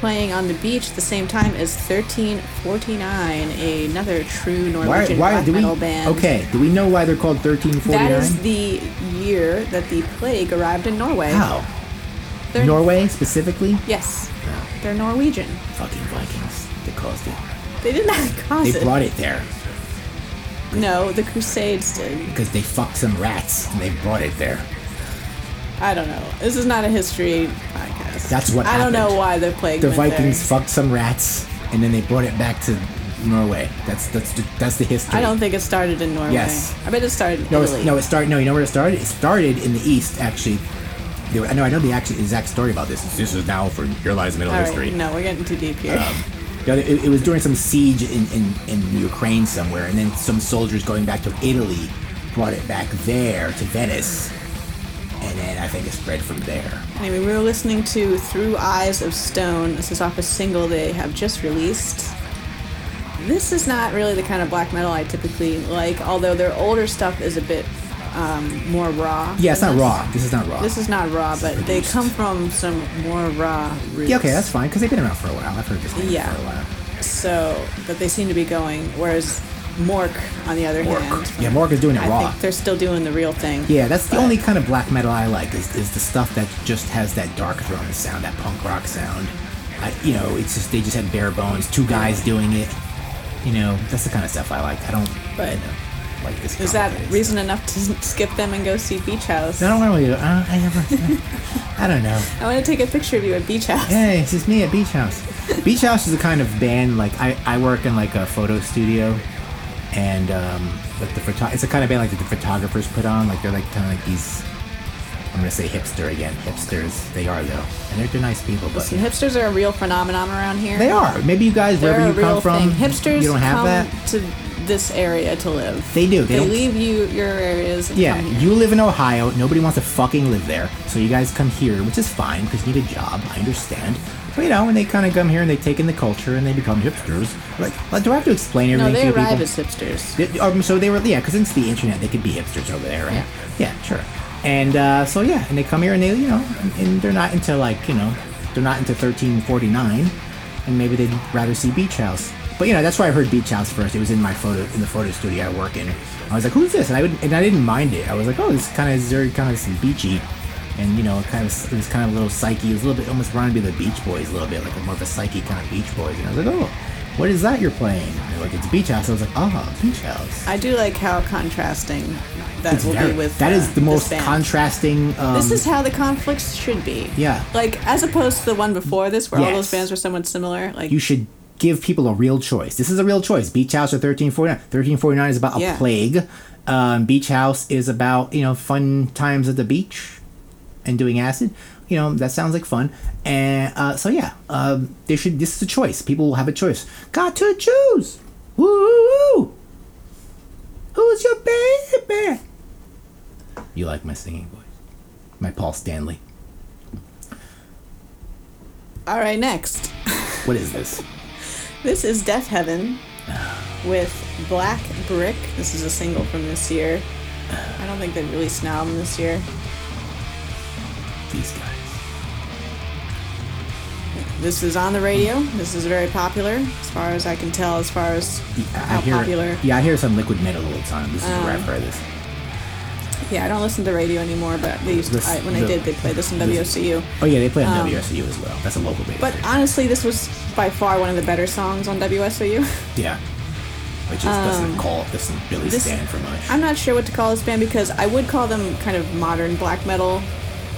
S2: Playing on the beach at the same time as 1349, another true
S1: Why?
S2: Norwegian
S1: Why
S2: black
S1: do we?
S2: metal band.
S1: Okay, do we know why they're called thirteen forty
S2: That is
S1: nine?
S2: the year that the plague arrived in Norway.
S1: How?
S2: They're-
S1: Norway specifically?
S2: Yes.
S1: Yeah.
S2: They're Norwegian.
S1: Fucking Vikings. They caused it.
S2: They did not cause
S1: They
S2: it.
S1: brought it there
S2: no, the Crusades did.
S1: because they fucked some rats and they brought it there.
S2: I don't know. This is not a history podcast.
S1: That's what
S2: I don't know
S1: happened.
S2: why the plague.
S1: The
S2: went
S1: Vikings
S2: There.
S1: fucked some rats and then they brought it back to Norway. That's that's the, that's the history.
S2: I don't think it started in Norway.
S1: Yes.
S2: I bet it started in
S1: No,
S2: Italy.
S1: it's, no, it started. No, you know where it started? It started in the East, actually. They were, I know, I know the actual exact story about this. This is now for your lies middle
S2: All right,
S1: history.
S2: no, we're getting too deep here.
S1: Um, No, it, it was during some siege in, in, in Ukraine somewhere, and then some soldiers going back to Italy brought it back there to Venice, and then I think it spread from there.
S2: anyway, we were listening to "Through Eyes of Stone." This is off a single they have just released. This is not really the kind of black metal I typically like, although their older stuff is a bit um, more raw.
S1: Yeah, it's
S2: than
S1: not
S2: this.
S1: raw. This is not raw.
S2: This is not raw, but they
S1: produced.
S2: come from some more raw roots.
S1: yeah, okay, that's fine because they've been around for a while. I've heard this name
S2: Yeah.
S1: for a while.
S2: so that they seem to be going. Whereas Mork, on the other hand,
S1: Yeah, Mork is doing it
S2: I
S1: raw.
S2: think they're still doing the real thing.
S1: Yeah, that's the
S2: But-
S1: only kind of black metal I like is, is the stuff that just has that dark drum sound, that punk rock sound. I, you know, it's just they just had bare bones, two guys doing it. You know, that's the kind of stuff I like. I don't,
S2: But-
S1: you know, like this.
S2: Is that
S1: complicated
S2: reason enough to skip them and go see Beach House?
S1: stuff. I don't really. I, I never. I don't know.
S2: I want to take a picture of you at Beach House.
S1: Hey, it's just me at Beach House. Beach House is the kind of band like I, I work in like a photo studio, and um, like the photo- it's a kind of band like that the photographers put on. Like they're like kind of like these. I'm gonna say hipster again. Hipsters, they are though, and they're, they're nice people. But
S2: Listen, hipsters are a real phenomenon around here.
S1: they are. Maybe you guys
S2: They're
S1: wherever
S2: a
S1: you
S2: real
S1: come from,
S2: thing. Hipsters
S1: you don't have
S2: come
S1: that.
S2: to this area to live.
S1: They do. They
S2: They,
S1: don't-
S2: leave you your areas. And
S1: Yeah,
S2: come here.
S1: you live in Ohio. Nobody wants to fucking live there, so you guys come here, which is fine because you need a job. I understand. But you know, when they kind of come here and they take in the culture and they become hipsters, like, like do I have to explain
S2: No,
S1: everything to
S2: they
S1: you
S2: arrive
S1: people?
S2: as hipsters.
S1: Th- Um, so they were, yeah, because it's the internet, they could be hipsters over there, right? Yeah,
S2: Yeah.
S1: sure. And uh, so, yeah, and they come here and they, you know, and, and they're not into like, you know, they're not into 1349, and maybe they'd rather see Beach House. But you know, that's why I heard Beach House first. It was in my photo in the photo studio I work in. I was like, "Who's this?" And I would, and I didn't mind it. I was like, "Oh, this kind of is very kind of some beachy." and you know, it kind of it was kind of a little psyche. It was a little bit almost running to the Beach Boys a little bit, like a more of a psyche kind of Beach Boys. And I was like, oh, what is that you're playing? And they're like, it's Beach House. I was like, ah, Beach House.
S2: I do like how contrasting that
S1: It's
S2: will
S1: very-
S2: be with
S1: that
S2: uh,
S1: is the
S2: this
S1: most
S2: band.
S1: contrasting. Um,
S2: This is how the conflicts should be.
S1: Yeah.
S2: Like as opposed to the one before this, where all
S1: Yes.
S2: those bands were somewhat similar. Like
S1: you should give people a real choice. This is a real choice. Beach House or 1349. 1349 is about a
S2: Yeah.
S1: plague. Um, beach House is about, you know, fun times at the beach and doing acid. You know, that sounds like fun. And uh, so, yeah, um, they should. this is a choice. People will have a choice. Got to choose. Woo, woo, woo. Who's your baby? You like my singing voice. My Paul Stanley.
S2: all right, next.
S1: What is this?
S2: This is Death Heaven with Black Brick. This is a single from this year. I don't think they released an album this year.
S1: These guys.
S2: This is on the radio. This is very popular, as far as I can tell, as far as
S1: Yeah,
S2: how
S1: I hear,
S2: popular. Um,
S1: Yeah, I hear some liquid metal all the time. This is where I've heard this.
S2: Yeah, I don't listen to radio anymore, but they used to,
S1: This-
S2: I, when I
S1: the-
S2: did, they played this in
S1: this-
S2: WSCU.
S1: Oh yeah, they play on WSU as well. That's a local band.
S2: um, But honestly, this was by far one of the better songs on WSOU.
S1: yeah, which is, doesn't call doesn't really
S2: Um, this-
S1: stand for much.
S2: I'm not sure what to call this band because I would call them kind of modern black metal.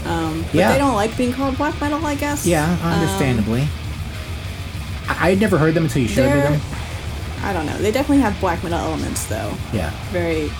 S2: um, But
S1: yeah,
S2: they don't like being called black metal, I guess.
S1: yeah, understandably. I, I had never heard them until you showed me
S2: They're-
S1: them.
S2: I don't know. They definitely have black metal elements, though.
S1: Yeah,
S2: Very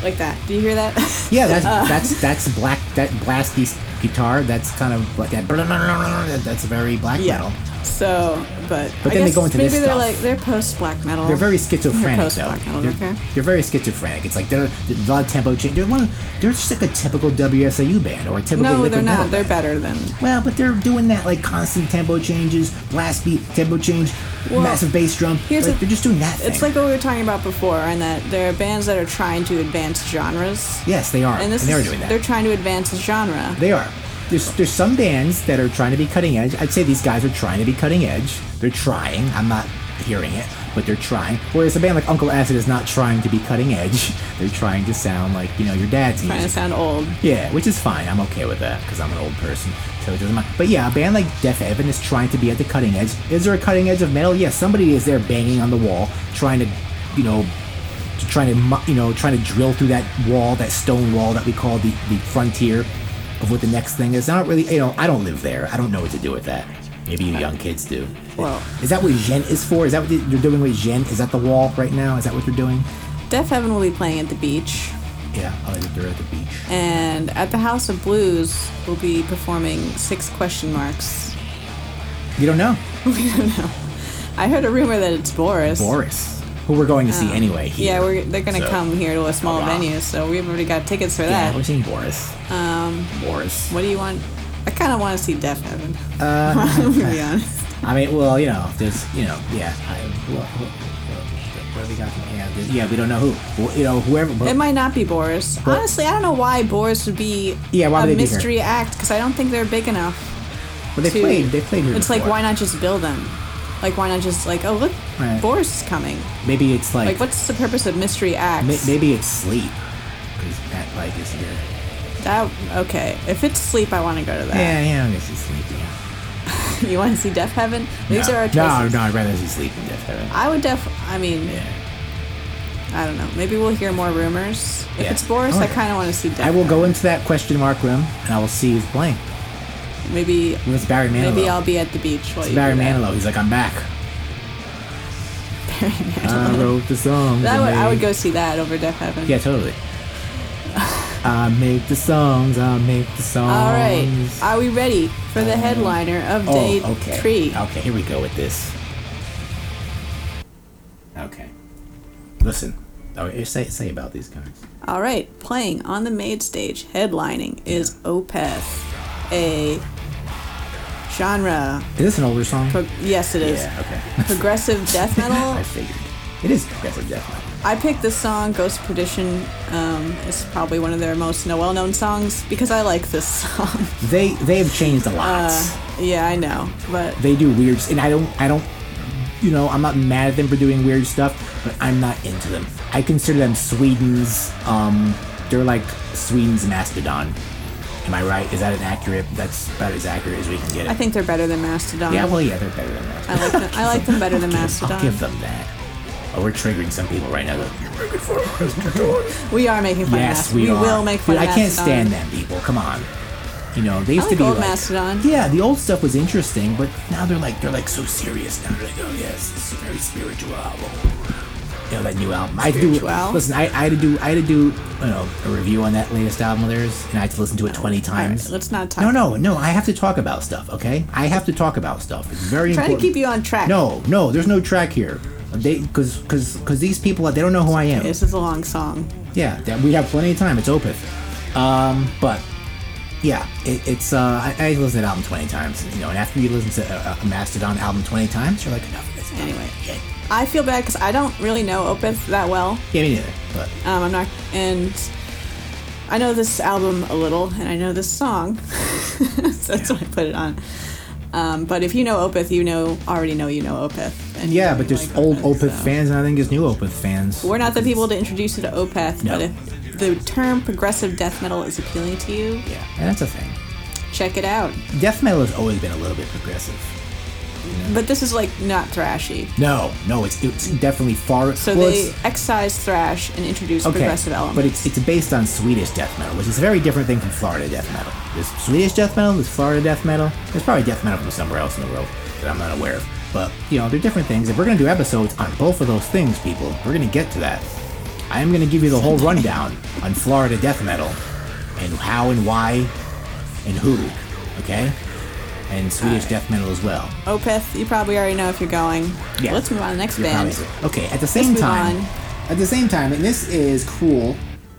S2: like that. Do you hear that? Uh,
S1: yeah, that's that's that's black that blasty s- guitar. That's kind of like that. that- That's very black metal.
S2: yeah. So, but
S1: But
S2: I
S1: then they
S2: guess
S1: go into
S2: maybe
S1: this
S2: they're
S1: stuff.
S2: like they're post black metal.
S1: They're very schizophrenic,
S2: post
S1: though.
S2: black metal,
S1: They're,
S2: okay.
S1: they're very schizophrenic. It's like they're, they're a lot of tempo change. They're one. They're just like a typical WSAU band or a typical.
S2: no,
S1: liquid
S2: they're
S1: metal
S2: not. They're
S1: band.
S2: better than
S1: Well, but they're doing that like constant tempo changes, blast beat, tempo change,
S2: Well,
S1: massive bass drum.
S2: here's
S1: like,
S2: the-
S1: they're just doing that.
S2: It's
S1: thing.
S2: like what we were talking about before, and that there are bands that are trying to advance genres.
S1: yes, they are,
S2: And
S1: and,
S2: this
S1: they're
S2: is,
S1: doing that.
S2: they're trying to advance the genre.
S1: They are. There's there's some bands that are trying to be cutting edge. I'd say these guys are trying to be cutting edge. They're trying. I'm not hearing it, but they're trying. Whereas a band like Uncle Acid is not trying to be cutting edge. They're trying to sound like you know your dad's
S2: trying to
S1: music.
S2: sound old.
S1: Yeah, which is fine. I'm okay with that because I'm an old person, so it doesn't matter. But yeah, a band like Def Evan is trying to be at the cutting edge. Is there a cutting edge of metal? Yes, somebody is there banging on the wall, trying to, you know, to- trying to, mu- you know, trying to drill through that wall, that stone wall that we call the the frontier of what the next thing is. I don't really, you know, I don't live there. I don't know what to do with that. Maybe you young kids do.
S2: Well-
S1: is that what Gen is for? Is that what you're doing with Gen? Is that the wall right now? Is that what they're doing?
S2: Def Heaven will be playing at the beach,
S1: Yeah, I think they're at the beach.
S2: and at the House of Blues will be performing six question marks.
S1: You don't know.
S2: I heard a rumor that it's Boris.
S1: Boris, who we're going to see anyway. Here.
S2: Oh. Yeah, we're, they're gonna
S1: So,
S2: come here to a small
S1: Hurrah.
S2: venue, so we've already got tickets for
S1: Yeah,
S2: that.
S1: we're seeing Boris. Um, Boris.
S2: What do you want? I kind of want to see Def Heaven. Uh, to be honest.
S1: I mean, well, you know, there's, you know, yeah. I, what, what, what, what do we got? from- Yeah, there's- yeah, we don't know who. Well, you know, whoever.
S2: It
S1: But,
S2: might not be Boris.
S1: But-
S2: Honestly, I don't know why Boris would be
S1: Yeah, why would
S2: a
S1: they be here?
S2: mystery act because I don't think they're big enough.
S1: but they
S2: to-
S1: played. They played. Here
S2: It's like why not just build them? Like why not just like oh look,
S1: Right.
S2: Boris is coming.
S1: Maybe it's like.
S2: Like what's the purpose of mystery
S1: may,
S2: acts?
S1: maybe it's sleep. Because Pat Pike is here.
S2: That okay. If it's sleep, I want to go to that.
S1: Yeah, yeah, I guess it's sleep. Yeah.
S2: You want to see Deaf Heaven? These
S1: no.
S2: are our choices.
S1: No, no, I'd rather see sleep than Death Heaven.
S2: I would def. I mean,
S1: yeah.
S2: I don't know. Maybe we'll hear more rumors. If
S1: Yeah.
S2: it's Boris, I
S1: Okay.
S2: kind of want to see Deaf.
S1: I will go into that question mark room and I will see who's playing.
S2: Maybe.
S1: It's Barry Manilow.
S2: Maybe I'll be at the beach while
S1: It's
S2: you.
S1: Barry
S2: do that.
S1: Manilow. He's like, I'm back.
S2: Barry Manilow.
S1: I wrote the song.
S2: That would, I would go see that over Deaf Heaven.
S1: Yeah, totally. I make the songs. I make the songs. Um,
S2: All right. Are we ready for the headliner of day
S1: oh, okay.
S2: three?
S1: Okay, here we go with this. Okay. Listen. Oh, you say say about these guys.
S2: All right, playing on the maid stage, headlining is Opeth, a genre.
S1: Is this an older song?
S2: Pro- yes, it is.
S1: Yeah. Okay.
S2: Progressive death
S1: I
S2: metal.
S1: figured. It is progressive death metal.
S2: I picked this song, Ghost Perdition. Um, it's probably one of their most well known songs because I like this song.
S1: They they have changed a lot.
S2: Uh, yeah, I know. But
S1: they do weird, and I don't I don't you know I'm not mad at them for doing weird stuff, but I'm not into them. I consider them Sweden's um they're like Sweden's mastodon. Am I right? Is that an accurate? That's about as accurate as we can get it.
S2: I think they're better than Mastodon.
S1: yeah, well, yeah, they're better than
S2: I
S1: that.
S2: like them, I like them better than
S1: I'll give
S2: Mastodon.
S1: them that. Oh, we're triggering some people right now. You're making fun of
S2: We are making fun
S1: Yes,
S2: of Mastodon.
S1: we, are.
S2: will make fun
S1: Dude,
S2: of
S1: I can't
S2: Mastodon.
S1: stand them people. Come on. You know they used
S2: I
S1: to
S2: like
S1: be
S2: old
S1: like
S2: Mastodon.
S1: yeah. The old stuff was interesting, but now they're like they're like so serious now. They're like oh yes, this is a very spiritual album. You know that new album. I had to do
S2: Spiritual?
S1: listen. I, I had to do I had to do you know a review on that latest album of theirs, and I had to listen to it twenty times.
S2: right, let's not talk-
S1: No, no, no. I have to talk about stuff. Okay, I have to talk about stuff. It's very
S2: Trying to
S1: important.
S2: keep you on track.
S1: No, no. There's no track here. They because because because these people they don't know who I am.
S2: This is a long song.
S1: Yeah, that we have plenty of time. It's Opeth. Um, but yeah, it, it's uh, I, I listened to the album twenty times. You know, and after you listen to a, a Mastodon album twenty times, you're like enough of this. enough of
S2: Anyway.
S1: it." yeah,
S2: I feel bad because I don't really know Opeth that well.
S1: yeah, me neither. But
S2: Um, I'm not, and I know this album a little, and I know this song. so that's why I put it on. Um, but if you know Opeth, you know already know you know Opeth. And you
S1: yeah,
S2: know
S1: but
S2: you
S1: there's
S2: like
S1: old Opeth
S2: so.
S1: fans, and I think there's new Opeth fans.
S2: We're not the people to introduce you to Opeth,
S1: No.
S2: but if the term progressive death metal is appealing to you,
S1: Yeah, and that's a thing.
S2: check it out.
S1: Death metal has always been a little bit progressive.
S2: But this is like not thrashy.
S1: No, no, it's it's definitely far.
S2: So
S1: well,
S2: they
S1: it's-
S2: excise thrash and introduce
S1: okay,
S2: progressive elements.
S1: But it's, it's based on Swedish death metal, which is a very different thing from Florida death metal. There's Swedish death metal, there's Florida death metal, there's probably death metal from somewhere else in the world that I'm not aware of. But, you know, they're different things. If we're going to do episodes on both of those things, people, we're going to get to that. I am going to give you the whole rundown on Florida death metal and how and why and who, okay? And Swedish death metal as well.
S2: Opeth, you probably already know if you're going.
S1: Yeah.
S2: Let's move on to the next
S1: You're
S2: band.
S1: probably- Okay, at the same
S2: move
S1: time,
S2: on.
S1: at the same time, and this is cruel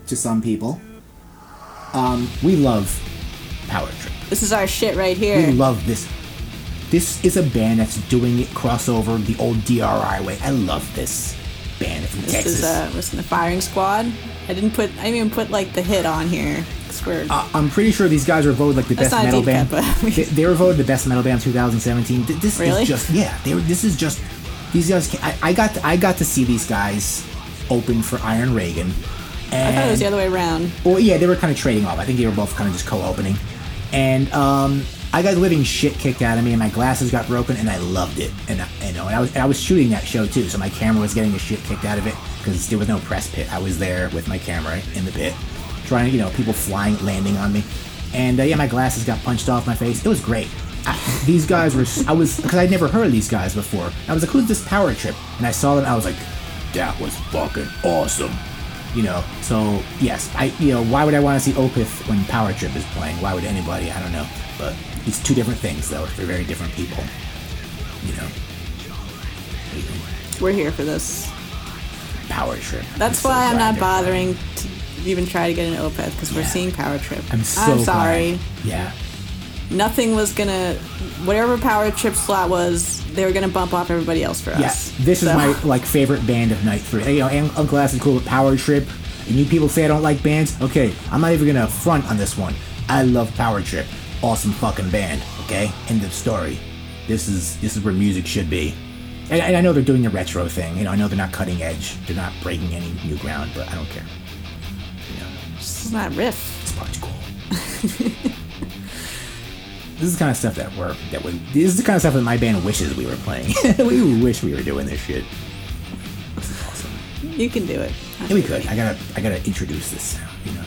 S1: to some people. Um, we love Power Trip.
S2: This is our shit right here.
S1: We love this. This is a band that's doing it crossover the old DRI way. I love this band from
S2: This
S1: Texas.
S2: is uh, listen, the firing squad. I didn't put, I didn't even put like the hit on here. 'cause we're-
S1: Uh, I'm pretty sure these guys were voted like the
S2: That's
S1: best
S2: not
S1: metal
S2: a deep
S1: band.
S2: cut, but-
S1: they, they were voted the best metal band of 2017. Th- This
S2: Really?
S1: is just yeah. They were, this is just these guys. ca- I, I got to, I got to see these guys open for Iron Reagan.
S2: I
S1: And
S2: thought it was Oh, the other way around.
S1: Well, yeah, they were kind of trading off. I think they were both kind of just co-opening, and um, I got living shit kicked out of me, and my glasses got broken, and I loved it. And I- you know, and I was and I was shooting that show too, so my camera was getting the shit kicked out of it because there was no press pit. I was there with my camera in the pit, trying to you know people flying, landing on me, and uh, yeah, my glasses got punched off my face. It was great. I, these guys were I was because I'd never heard of these guys before. I was like, who's this Power Trip? And I saw them, I was like, that was fucking awesome you know so yes i you know why would i want to see opeth when power trip is playing why would anybody i don't know but it's two different things though they're very different people you know
S2: We're here for this.
S1: power trip
S2: That's
S1: so
S2: why I'm
S1: glad
S2: not
S1: they're playing.
S2: bothering to even try to get an Opeth because we're
S1: Yeah.
S2: seeing Power Trip.
S1: i'm so glad.
S2: sorry.
S1: yeah
S2: Nothing was gonna, whatever Power Trip slot was, they were gonna bump off everybody else for us.
S1: yes this is
S2: So-
S1: my like favorite band of night three you know and uncle Ass is cool but power trip and you people say i don't like bands okay i'm not even gonna front on this one i love power trip awesome fucking band okay end of story this is this is where music should be and, and i know they're doing the retro thing you know i know they're not cutting edge they're not breaking any new ground but i don't care you know
S2: This is not riff.
S1: this part's cool This is the kind of stuff that we're that would. This is the kind of stuff that my band wishes we were playing. we wish we were doing this shit. This is awesome.
S2: You can do it.
S1: Yeah, we could. I gotta, I gotta introduce this sound. You know,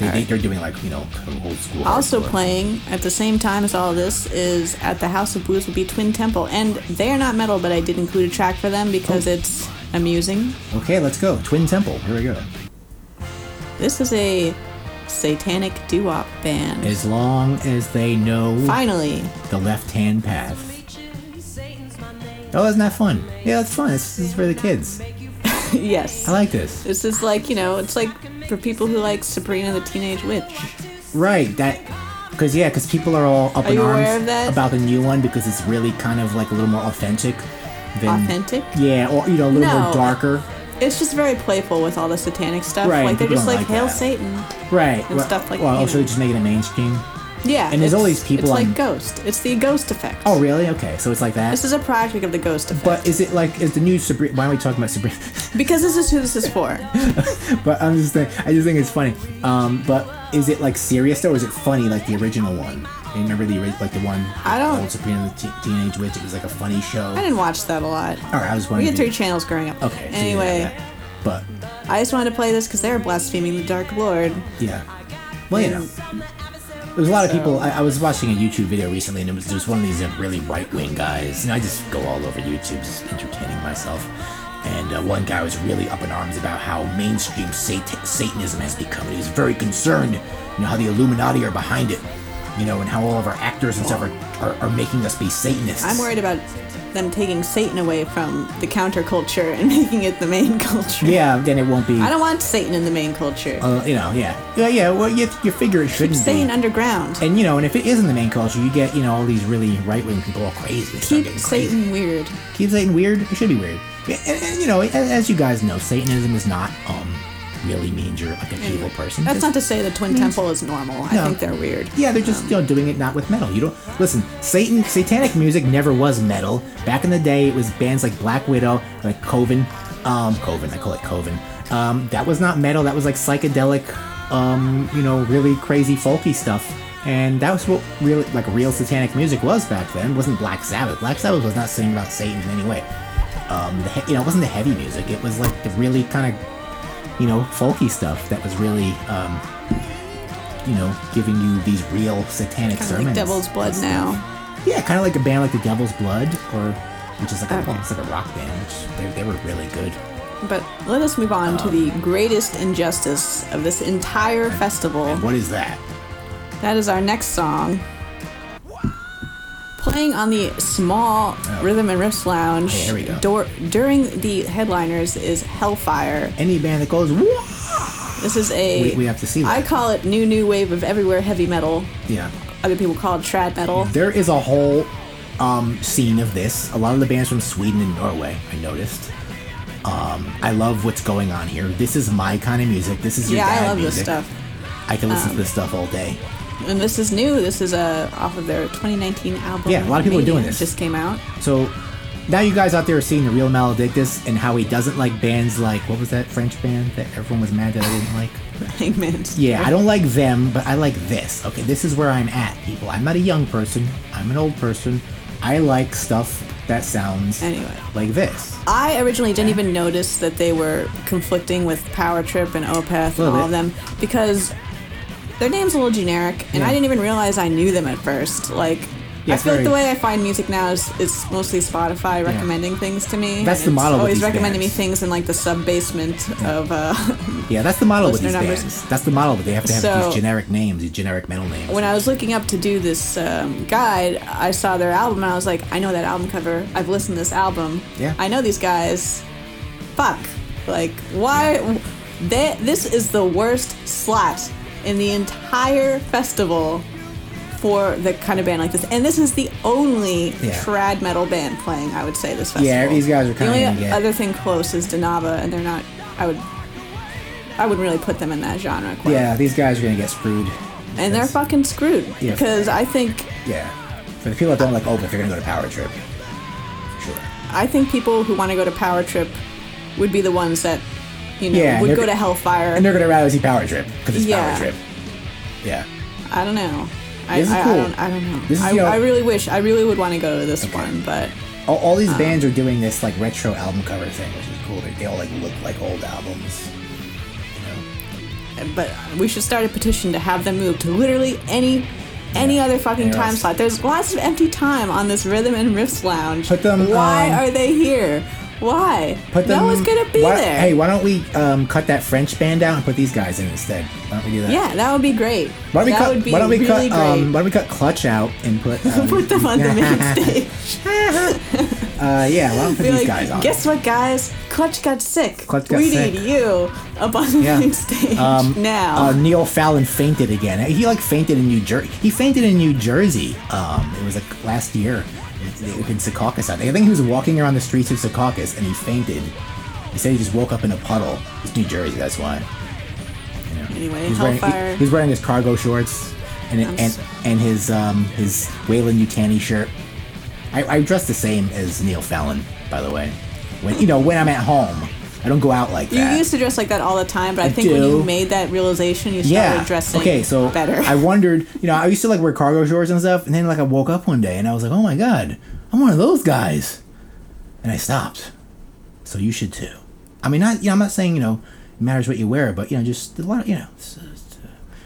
S1: they,
S2: All
S1: they,
S2: right.
S1: they're doing like you know kind of old school.
S2: Also
S1: hardcore.
S2: playing at the same time as all this is at the House of Blues will be Twin Temple, and they are not metal, but I did include a track for them because
S1: Oh.
S2: it's amusing.
S1: Okay, let's go. Twin Temple. Here we go.
S2: This is a satanic doo-wop band.
S1: As long as they know
S2: Finally,
S1: the left-hand path. Oh, isn't that fun? Yeah, that's fun. This, this is for the kids.
S2: yes.
S1: I like this.
S2: This is like you know, it's like for people who like Sabrina the Teenage Witch.
S1: Right. That. Because yeah, because people are all up
S2: Are
S1: in
S2: you aware
S1: arms
S2: of that?
S1: about the new one because it's really kind of like a little more authentic. Than,
S2: Authentic?
S1: Yeah, or you know, a little
S2: No.
S1: more darker.
S2: It's just very playful with all the satanic stuff.
S1: Right,
S2: Like they're
S1: people
S2: just
S1: don't
S2: like,
S1: like
S2: hail
S1: that.
S2: Satan.
S1: Right.
S2: And
S1: well-
S2: stuff like-
S1: Well,
S2: you
S1: also
S2: know.
S1: just making it mainstream.
S2: Yeah.
S1: And there's
S2: it's-
S1: always people
S2: It's
S1: on-
S2: like Ghost. It's the Ghost effect.
S1: Oh, really? Okay, so it's like that.
S2: This is a project of the Ghost effect.
S1: But is it like is the new Sabrina? Why are we talking about Sabrina?
S2: because this is who this is for.
S1: but I'm just think I just think it's funny. Um, but is it like serious though, or is it funny like the original one? I remember the ori- like the one.
S2: I don't-
S1: Old Sabrina the Te- Teenage Witch. It was like a funny show.
S2: I didn't watch that a lot.
S1: All right, I was
S2: We
S1: wondering.
S2: had three channels growing up.
S1: okay. so you didn't have
S2: Anyway,
S1: that. but
S2: I just wanted to play this because they were blaspheming the Dark Lord.
S1: yeah. Well, you know, there's a lot of people. I, I was watching a YouTube video recently, and it was just one of these uh, really right wing guys. And I just go all over YouTube, just entertaining myself. And uh, one guy was really up in arms about how mainstream sat- Satanism has become. And he was very concerned, you know, how the Illuminati are behind it, you know, and how all of our actors and stuff are, are, are making us be Satanists.
S2: I'm worried about them taking Satan away from the counterculture and making it the main culture.
S1: Yeah, then it won't be.
S2: I don't want Satan in the main culture.
S1: uh, you know, yeah, yeah, yeah. Well, you, you figure it shouldn't
S2: Satan
S1: be.
S2: underground.
S1: And you know, and if it isn't the main culture, you get you know all these really right wing people all crazy. They start
S2: Keep
S1: getting crazy.
S2: Satan weird.
S1: Keep Satan weird. It should be weird. And, and, you know, a- as you guys know, Satanism is not um really means you're like an evil person.
S2: That's
S1: Just- Mm.
S2: not to say the Twin Temple is normal. I
S1: No.
S2: think they're weird.
S1: Yeah, they're just you know doing it not with metal. You don't listen. Satan, satanic music never was metal. Back in the day, it was bands like Black Widow, like Coven, um, Coven. I call it Coven. Um, that was not metal. That was like psychedelic, um, you know, really crazy folky stuff. And that was what really like real satanic music was back then. It wasn't Black Sabbath. Black Sabbath was not singing about Satan in any way. Um, the, he- you know, it wasn't the heavy music. It was like the really kind of, you know, folky stuff that was really. Um, you know, giving you these real satanic
S2: Kind of
S1: sermons.
S2: like Devil's Blood now.
S1: Yeah, kind of like a band like the Devil's Blood, or which is like a, it's like a rock band. Which they, they were really good.
S2: But let us move on
S1: Oh.
S2: to the greatest injustice of this entire festival.
S1: What is that?
S2: That is our next song. Playing on the small Rhythm and Riffs Lounge
S1: Hey, there we go.
S2: dor- during the headliners is Hellfire.
S1: Any band that goes whoa,
S2: This is a
S1: We- we have to see
S2: I
S1: that.
S2: call it new new wave of everywhere heavy metal.
S1: yeah.
S2: Other people call it trad metal.
S1: There is a whole um, scene of this. A lot of the bands from Sweden and Norway. I noticed. Um, I love what's going on here. This is my kind of music. This is your
S2: Yeah, I
S1: dad
S2: love this
S1: music.
S2: stuff. Um,
S1: I can listen to this stuff all day.
S2: And this is new. This is uh, off of their 2019 album.
S1: Yeah, a lot of people are doing
S2: Mania.
S1: this.
S2: Just came out.
S1: So now you guys out there are seeing the real Maledictus and how he doesn't like bands like what was that French band that everyone was mad that I didn't like?
S2: Hangman's.
S1: Yeah, I don't like them, but I like this. Okay, this is where I'm at, people. I'm not a young person. I'm an old person. I like stuff that sounds
S2: Anyway.
S1: like this.
S2: I originally didn't even notice that they were conflicting with Power Trip and Opeth and
S1: Little
S2: all
S1: bit.
S2: of them because their name's a little generic, and
S1: Yeah.
S2: I didn't even realize I knew them at first. Like,
S1: Yeah,
S2: I feel like
S1: very-
S2: the way I find music now is, is mostly Spotify recommending things to me.
S1: That's
S2: and
S1: the
S2: it's
S1: model with
S2: Always
S1: these
S2: recommending
S1: bands.
S2: me things in like the sub basement of. Uh,
S1: Yeah, that's the model with
S2: Listener
S1: these
S2: numbers.
S1: bands. That's the model, but they have to have
S2: So-
S1: these generic names, these generic metal names.
S2: when I was looking up to do this um, guide, I saw their album and I was like, I know that album cover. I've listened to this album.
S1: Yeah.
S2: I know these guys. Fuck. Like, why? They, this is the worst slot in the entire festival for the kind of band like this. And this is the only
S1: Yeah.
S2: trad metal band playing, I would say, this festival.
S1: Yeah, these guys are
S2: The
S1: kinda
S2: only
S1: gonna get-
S2: other thing close is Danava, and they're not. I would. I wouldn't really put them in that genre. Quite.
S1: yeah, these guys are gonna get screwed.
S2: And they're
S1: That's-
S2: fucking screwed
S1: Yeah.
S2: because I think
S1: Yeah. For the people that don't like Opeth, they're gonna go to Power Trip. Sure.
S2: I think people who want to go to Power Trip would be the ones that, you know,
S1: Yeah, and
S2: would
S1: they're
S2: go to
S1: go-
S2: Hellfire.
S1: And they're gonna rather see Power Trip because it's
S2: Yeah.
S1: Power Trip. Yeah.
S2: I don't know. I,
S1: This is
S2: I, I
S1: cool.
S2: don't, I don't know.
S1: This is,
S2: I,
S1: you know-
S2: I really wish, I really would want to go to this one, but
S1: All, all these bands are doing this like retro album cover thing, which is cool. They, they all like look like old albums.
S2: but we should start a petition to have them move to literally any any other fucking
S1: Anywhere
S2: time
S1: else.
S2: slot. There's lots of empty time on this Rhythm and Riffs Lounge.
S1: Put them,
S2: Why
S1: um,
S2: are they here? Why?
S1: Put them,
S2: no one's gonna be
S1: why-
S2: there.
S1: Hey, why don't we um, cut that French band out and put these guys in instead? Why don't we do that?
S2: yeah, that would be great.
S1: Why don't we
S2: that
S1: cut?
S2: would be
S1: why don't we
S2: really
S1: cut? Um,
S2: great.
S1: why don't we cut Clutch out and put um,
S2: Put them on the main stage.
S1: Uh, yeah, why don't we put
S2: Be
S1: these
S2: like,
S1: guys on?
S2: Guess what, guys? Clutch got sick.
S1: Clutch got
S2: we
S1: sick."
S2: need you up on the
S1: Yeah.
S2: main stage
S1: Um,
S2: now.
S1: Uh, Neil Fallon fainted again. He like fainted in New Jersey. He fainted in New Jersey. Um, it was like last year in Secaucus. I think. I think he was walking around the streets of Secaucus and he fainted. He said he just woke up in a puddle. It's New Jersey. That's why. You know,
S2: Anyway,
S1: he's wearing,
S2: Hellfire.
S1: he, he's wearing his cargo shorts and
S2: I'm
S1: and,
S2: s-
S1: and his um his Wayland Yutani shirt. I, I dress the same as Neil Fallon, by the way. When you know when I'm at home, I don't go out like
S2: You
S1: that.
S2: used to dress like that all the time, but I,
S1: I
S2: think when
S1: do.
S2: you made that realization, you started
S1: yeah.
S2: dressing
S1: okay, so
S2: better.
S1: I wondered, you know, I used to like wear cargo shorts and stuff, and then like I woke up one day and I was like, oh my god, I'm one of those guys, and I stopped. So you should too. I mean, not you know, I'm not saying you know it matters what you wear, but you know, just a lot of you know. it's- it's-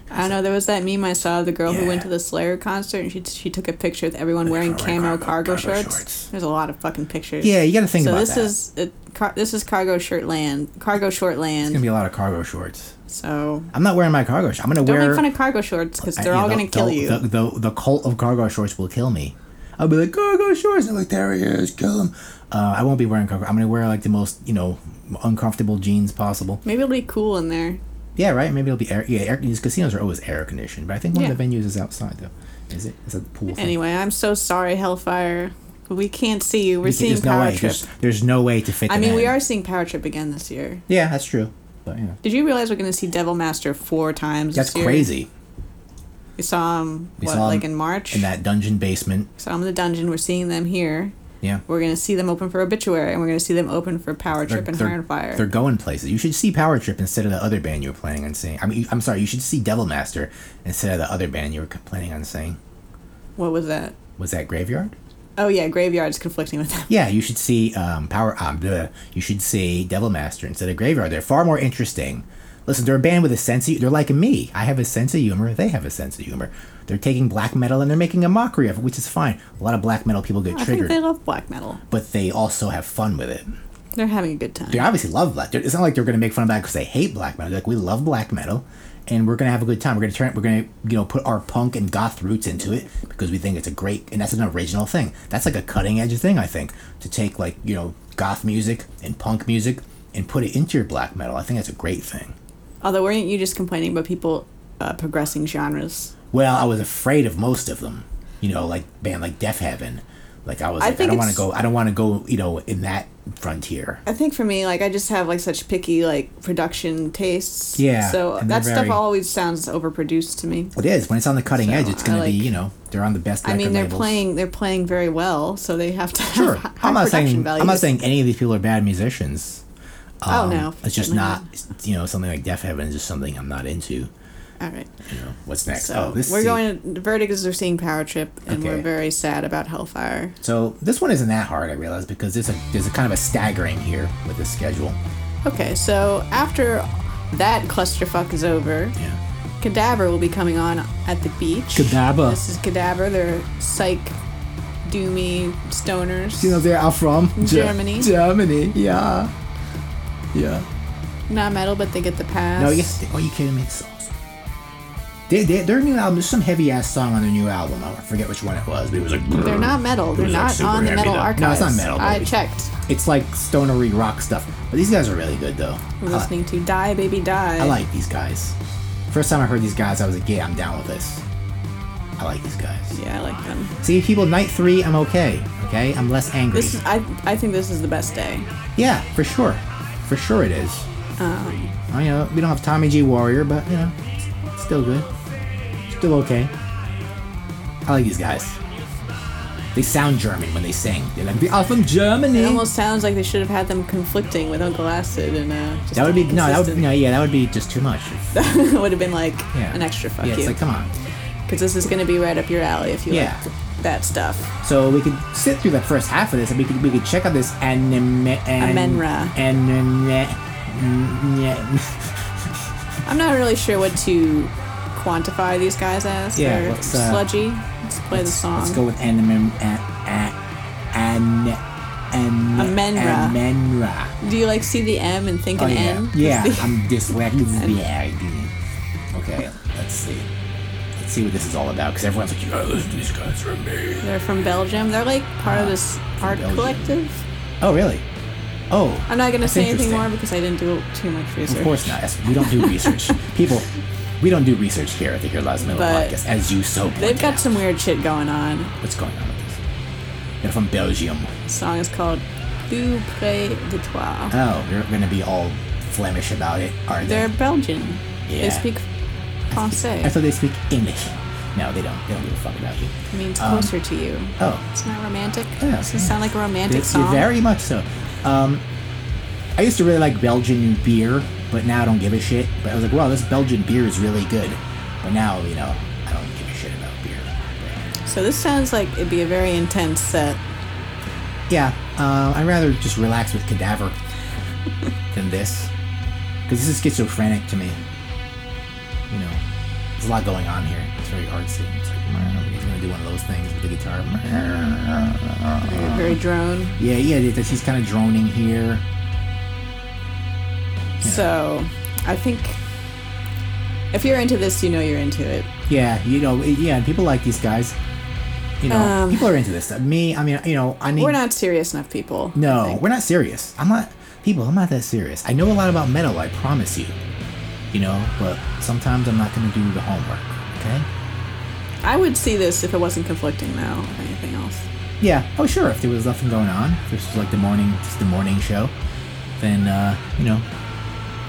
S2: I don't know. There was that meme I saw of the girl who
S1: Yeah.
S2: went to the Slayer concert, and she she took a picture with everyone wearing
S1: wearing
S2: camo
S1: cargo-
S2: cargo,
S1: cargo
S2: shorts.
S1: shorts.
S2: There's a lot of fucking pictures.
S1: yeah, you got to think
S2: so
S1: about
S2: this
S1: that.
S2: is it, car, this is cargo shirt land. Cargo short land.
S1: gonna be a lot of cargo shorts.
S2: so
S1: I'm not wearing my cargo shorts. I'm gonna
S2: don't
S1: wear.
S2: make fun of cargo shorts because
S1: I-
S2: they're
S1: you
S2: all
S1: know,
S2: gonna kill
S1: the,
S2: you.
S1: The, the, the cult of cargo shorts will kill me. I'll be like cargo shorts. And they're like there he is, kill him. Uh, I won't be wearing cargo. I'm gonna wear like the most you know uncomfortable jeans possible.
S2: Maybe it'll be cool in there.
S1: Yeah, right. Maybe it'll be air. Yeah, air, these casinos are always air conditioned, but I think one of the
S2: Yeah.
S1: venues is outside though. Is it? Is that the pool? thing?
S2: Anyway, I'm so sorry, Hellfire. We can't see you. We're
S1: You can't-
S2: seeing
S1: there's no
S2: Power
S1: way.
S2: Trip.
S1: There's, there's no way to fit.
S2: I
S1: them
S2: mean, we
S1: in.
S2: are seeing Power Trip again this year.
S1: Yeah, that's true. But you know,
S2: Did you realize we're going to see Devil Master four times?
S1: that's
S2: this year?
S1: crazy.
S2: We saw him
S1: We
S2: what,
S1: saw
S2: like
S1: him
S2: in March.
S1: In that dungeon basement.
S2: saw him in the dungeon. We're seeing them here.
S1: Yeah.
S2: We're going to see them open for Obituary, and we're going to see them open for Power
S1: They're-
S2: Trip and
S1: they're-
S2: High on Fire.
S1: They're going places. You should see Power Trip instead of the other band you were planning on seeing. I mean, you- I'm sorry. You should see Devil Master instead of the other band you were c- planning on seeing.
S2: What was that?
S1: Was that Graveyard?
S2: Oh yeah, Graveyard's conflicting with them.
S1: Yeah, you should see um, Power. Um, bleh. you should see Devil Master instead of Graveyard. They're far more interesting. Listen, they're a band with a sense. Of, they're like me. I have a sense of humor. They have a sense of humor. They're taking black metal and they're making a mockery of it, which is fine. A lot of black metal people get
S2: I think
S1: triggered,
S2: they love black metal.
S1: but they also have fun with it.
S2: They're having a good time.
S1: they obviously love black. It's not like they're going to make fun of that because they hate black metal. They're like we love black metal, and we're going to have a good time. We're going to turn. We're going to you know put our punk and goth roots into it because we think it's a great and that's an original thing. That's like a cutting edge thing I think to take like you know goth music and punk music and put it into your black metal. I think that's a great thing.
S2: Although, weren't you just complaining about people uh, progressing genres?
S1: Well, I was afraid of most of them. You know, like band like Death Heaven. Like I was
S2: I
S1: like I,
S2: think
S1: don't want to go.
S2: it's-
S1: I don't want to go. You know, in that frontier.
S2: I think for me, like I just have like such picky like production tastes.
S1: Yeah,
S2: So
S1: and they're
S2: that stuff
S1: very-
S2: always sounds overproduced to me.
S1: It is when it's on the cutting
S2: So,
S1: edge. It's
S2: I
S1: going to be
S2: like-
S1: you know they're on the best.
S2: I mean,
S1: record
S2: they're
S1: labels.
S2: playing. They're playing very well, so they have to have
S1: Sure.
S2: high
S1: I'm not
S2: production
S1: saying
S2: values.
S1: I'm not saying any of these people are bad musicians.
S2: Oh,
S1: Um,
S2: no,
S1: it's just
S2: certainly
S1: not. it's, You know, something like Deaf Heaven is just something I'm not into.
S2: All right.
S1: You know, what's next?
S2: So
S1: oh, this
S2: we're
S1: is-
S2: going. To, the verdict is we're seeing Power Trip, and
S1: Okay.
S2: we're very sad about Hellfire.
S1: So this one isn't that hard, I realize, because there's a there's a kind of a staggering here with the schedule.
S2: Okay, so after that clusterfuck is over,
S1: Yeah.
S2: Cadaver will be coming on at the beach.
S1: Cadaver.
S2: This is Cadaver. They're psych, doomy stoners.
S1: You know, they are from Ge-
S2: Germany.
S1: Germany. Yeah. Yeah.
S2: Not metal, but they get the pass.
S1: No, yes. Are you kidding me? It's awesome. They, they, their new album, there's some heavy ass song on their new album. I forget which one it was, but it was like.
S2: They're not metal.
S1: It
S2: They're
S1: was, like,
S2: not
S1: super
S2: on the
S1: heavy,
S2: metal
S1: though.
S2: archives.
S1: No, it's not metal.
S2: I
S1: but it-
S2: checked.
S1: It's like stonery rock stuff. But these guys are really good though.
S2: We're
S1: I like-
S2: listening to Die Baby Die.
S1: I like these guys. First time I heard these guys, I was like, yeah, I'm down with this. I like these guys.
S2: Yeah, I like them.
S1: See, people, night three, I'm okay. Okay, I'm less angry.
S2: This is, I I think this is the best day.
S1: yeah, for sure, for sure it is.
S2: Oh.
S1: I you know we don't have Tommy G Warrior, but you know, it's still good, still okay. I like these guys. They sound German when they sing. They're like, "We are from Germany."
S2: It almost sounds like they should have had them conflicting with Uncle Acid and uh, just
S1: that would be no, that would,
S2: inconsistent.
S1: no, yeah, that would be just too much.
S2: would have been like
S1: Yeah.
S2: an extra fuck
S1: yeah,
S2: you.
S1: It's like, come on.
S2: because this is going to be right up your alley if you
S1: Yeah.
S2: like that stuff.
S1: So we could sit through the first half of this, and we could we could check out this anime. An,
S2: Amenra.
S1: Anime. n- n-
S2: I'm not really sure what to quantify these guys as.
S1: Yeah,
S2: They're
S1: let's, uh,
S2: sludgy. Let's play the song.
S1: Let's go with anime. An. An. an
S2: Amenra.
S1: Amenra.
S2: Do you like see the M and think
S1: Oh
S2: an
S1: yeah.
S2: N?
S1: Yeah,
S2: Is the-
S1: I'm dyslexic. Yeah. Okay, let's see. Let's see what this is all about, because everyone's like, you gotta listen to these guys from me.
S2: They're from Belgium. They're like part of this art
S1: Ah, Belgium.
S2: collective.
S1: Oh really? Oh.
S2: I'm not going to
S1: that's
S2: say anything
S1: interesting.
S2: more because I didn't do too much research.
S1: Of course not. That's- We don't do research. People, we don't do research here at the Here Lies Metal
S2: But
S1: Podcast, as you so pointed
S2: They've got
S1: out.
S2: some weird shit going on.
S1: What's going on with this? They're from Belgium.
S2: The song is called Du Près de Toi.
S1: Oh, you're going to be all Flemish about it, are
S2: They're
S1: they?
S2: Belgian. They
S1: Yeah.
S2: speak Francais.
S1: I thought they speak English. No, they don't. They don't give a fuck about you.
S2: it means closer to you.
S1: Oh,
S2: It's not romantic.
S1: Yeah,
S2: Does
S1: yeah.
S2: it sound like a romantic
S1: they,
S2: song?
S1: very much so. Um, I used to really like Belgian beer, but now I don't give a shit. But I was like, wow, this Belgian beer is really good. But now, you know, I don't give a shit about beer.
S2: So this sounds like it'd be a very intense set.
S1: But yeah, uh, I'd rather just relax with Cadaver than this. Because this is schizophrenic to me. You know, there's a lot going on here. It's very artsy. It's like, "Meh," he's going to do one of those things with the guitar. "Meh."
S2: Very, very
S1: Uh-huh.
S2: drone.
S1: Yeah, yeah, it- he's kind of droning here.
S2: So I think if you're into this, you know you're into it.
S1: Yeah, you know, yeah, people like these guys. You know,
S2: Um,
S1: people are into this stuff. Me, I mean, you know, I mean,
S2: We're not serious enough people. I
S1: no,
S2: think.
S1: we're not serious. I'm not, people, I'm not that serious. I know a lot about metal, I promise you. You know, but sometimes I'm not going to do the homework, okay?
S2: I would see this if it wasn't conflicting though with anything else.
S1: Yeah, oh, sure, if there was nothing going on, if this was like the morning, just the morning show, then, uh, you know,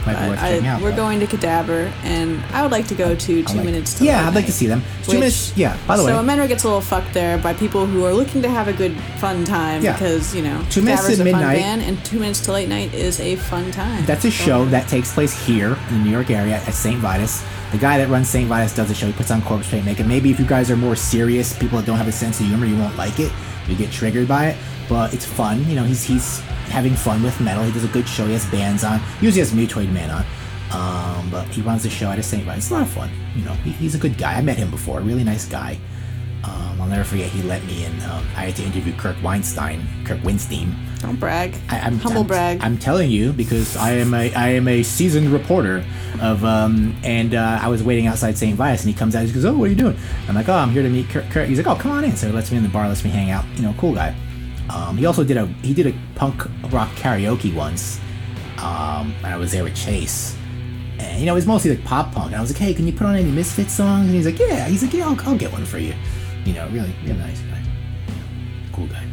S1: might be
S2: But
S1: worth checking
S2: I,
S1: out.
S2: we're
S1: but
S2: going to Cadaver, and I would like to go to
S1: I
S2: Two
S1: like-
S2: Minutes to
S1: Yeah, I'd
S2: Midnight,
S1: like to see them. Two
S2: which-
S1: Minutes, yeah, by the
S2: so
S1: way.
S2: Amenra gets a little fucked there by people who are looking to have a good, fun time
S1: Yeah.
S2: because, you know,
S1: Two Minutes
S2: Cadaver's
S1: to
S2: a fun
S1: Midnight-
S2: band, and Two Minutes to Late Night is a fun time.
S1: That's a show that takes place here in the New York area at St. Vitus. The guy that runs St. Vitus does a show. He puts on Corpse Paint Make. And maybe if you guys are more serious, people that don't have a sense of humor, you won't like it. You get triggered by it. But it's fun. You know, he's he's having fun with metal. He does a good show. He has bands on. He usually has Mutoid Man on. Um, but he runs the show at a St. Vitus. It's a lot of fun. You know, he, he's a good guy. I met him before. Really nice guy. Um, I'll never forget he let me in. Um, I had to interview Kirk Weinstein, Kirk Winstein.
S2: Don't brag.
S1: I, I'm
S2: Humble
S1: I'm,
S2: brag.
S1: I'm telling you because I am a I am a seasoned reporter of um and uh, I was waiting outside St. Vitus and he comes out he goes oh what are you doing I'm like oh I'm here to meet Kurt, Kurt. he's like oh come on in so he lets me in the bar lets me hang out you know cool guy um, he also did a he did a punk rock karaoke once um, and I was there with Chase and you know, it was mostly like pop punk. And I was like, hey, can you put on any Misfit songs? And he's like, yeah. He's like, yeah, I'll, I'll get one for you. You know, really, really nice guy, cool guy.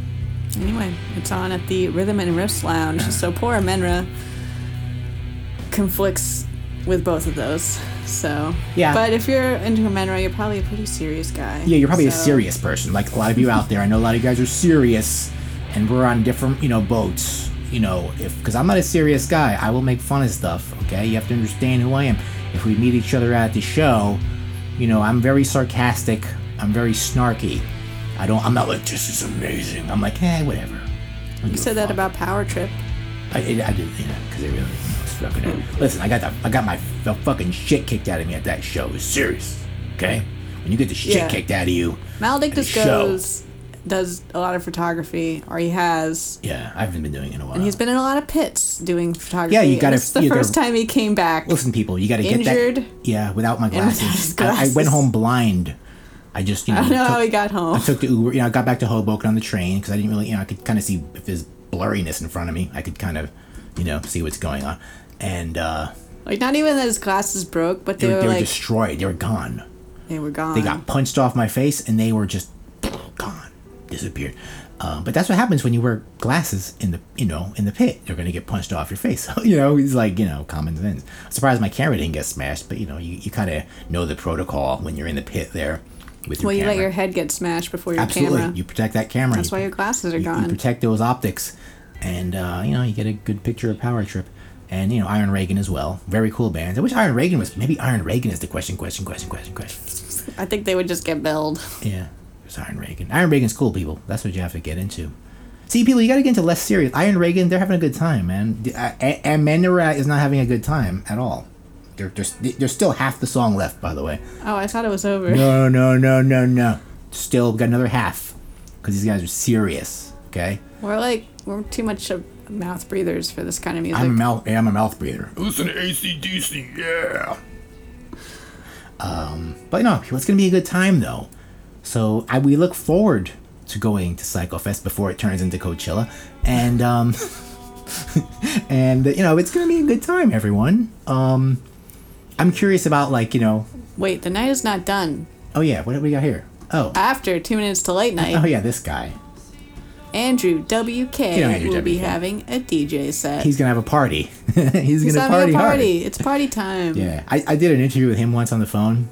S2: Anyway, it's on at the Rhythm and Riffs Lounge. So poor Amenra conflicts with both of those. So
S1: Yeah.
S2: But if you're into Amenra, you're probably a pretty serious guy.
S1: Yeah, you're probably a
S2: So-
S1: serious person. Like a lot of you out there, I know a lot of you guys are serious, and we're on different, you know, boats. You know, if because I'm not a serious guy, I will make fun of stuff. Okay, you have to understand who I am. If we meet each other at the show, you know, I'm very sarcastic. I'm very snarky. I don't. I'm not like this is amazing. I'm like, hey, whatever.
S2: You said that about Power Trip.
S1: I, I, I do, you know, because it really it's fucking. Listen, I got the, I got my the fucking shit kicked out of me at that show. It was serious. Okay, when you get the shit
S2: Yeah.
S1: kicked out of you.
S2: Maledictus
S1: Show.
S2: goes does a lot of photography, or he has.
S1: Yeah, I haven't been doing it in a while.
S2: And he's been in a lot of pits doing photography.
S1: Yeah, you
S2: and
S1: gotta-
S2: It's the
S1: you gotta-
S2: first time he came back.
S1: Listen, people, you got to get
S2: Injured.
S1: that. Yeah, without my
S2: without
S1: glasses,
S2: his
S1: I, I went
S2: glasses.
S1: home blind. I just, you know,
S2: I don't know how
S1: took,
S2: he got home.
S1: took the Uber. You know, I got back to Hoboken on the train because I didn't really, you know, I could kind of see if there's blurriness in front of me. I could kind of, you know, see what's going on. And uh,
S2: Like not even that his glasses broke, but
S1: they,
S2: they,
S1: were,
S2: were,
S1: they were
S2: like
S1: destroyed. They were gone.
S2: they were gone.
S1: They got punched off my face, and they were just gone, disappeared. Um, but that's what happens when you wear glasses in the you know in the pit. They're gonna get punched off your face. So, you know, it's like you know common sense. I'm surprised my camera didn't get smashed, but you know you, you kind of know the protocol when you're in the pit there with your
S2: Well, you
S1: camera.
S2: let your head get smashed before your
S1: Absolutely,
S2: camera.
S1: you protect that camera.
S2: That's
S1: You-
S2: why your glasses are
S1: you- You
S2: gone.
S1: protect those optics, and uh, you know you get a good picture of Power Trip, and you know Iron Reagan as well. Very cool bands. I wish Iron Reagan was maybe Iron Reagan is the question, question, question, question, question.
S2: I think they would just get billed.
S1: Yeah, it's Iron Reagan. Iron Reagan's cool, people. That's what you have to get into. See, people, you got to get into less serious. Iron Reagan, they're having a good time, man. The- uh, A- Amenra is not having a good time at all. There- There's, there's still half the song left, by the way.
S2: Oh, I thought it was over.
S1: No, no, no, no, no. Still got another half because these guys are serious. Okay,
S2: We're like we're too much of mouth breathers for this kind of music.
S1: I'm a mouth, I'm a mouth breather.
S3: Listen to ACDC, yeah.
S1: Um, But no, people, it's gonna be a good time though. So I, we look forward to going to Psychofest before it turns into Coachella, and um, and you know it's gonna be a good time, everyone. Um, I'm curious about like you know,
S2: Wait, the night is not done.
S1: oh yeah, what do we got here? Oh,
S2: After two minutes to late night,
S1: oh yeah, this guy.
S2: Andrew WK
S1: know Andrew
S2: will be
S1: WK.
S2: having a DJ set.
S1: He's gonna have a party. He's,
S2: He's
S1: gonna
S2: having
S1: party,
S2: a party.
S1: hard.
S2: It's party time.
S1: Yeah, I, I did an interview with him once on the phone.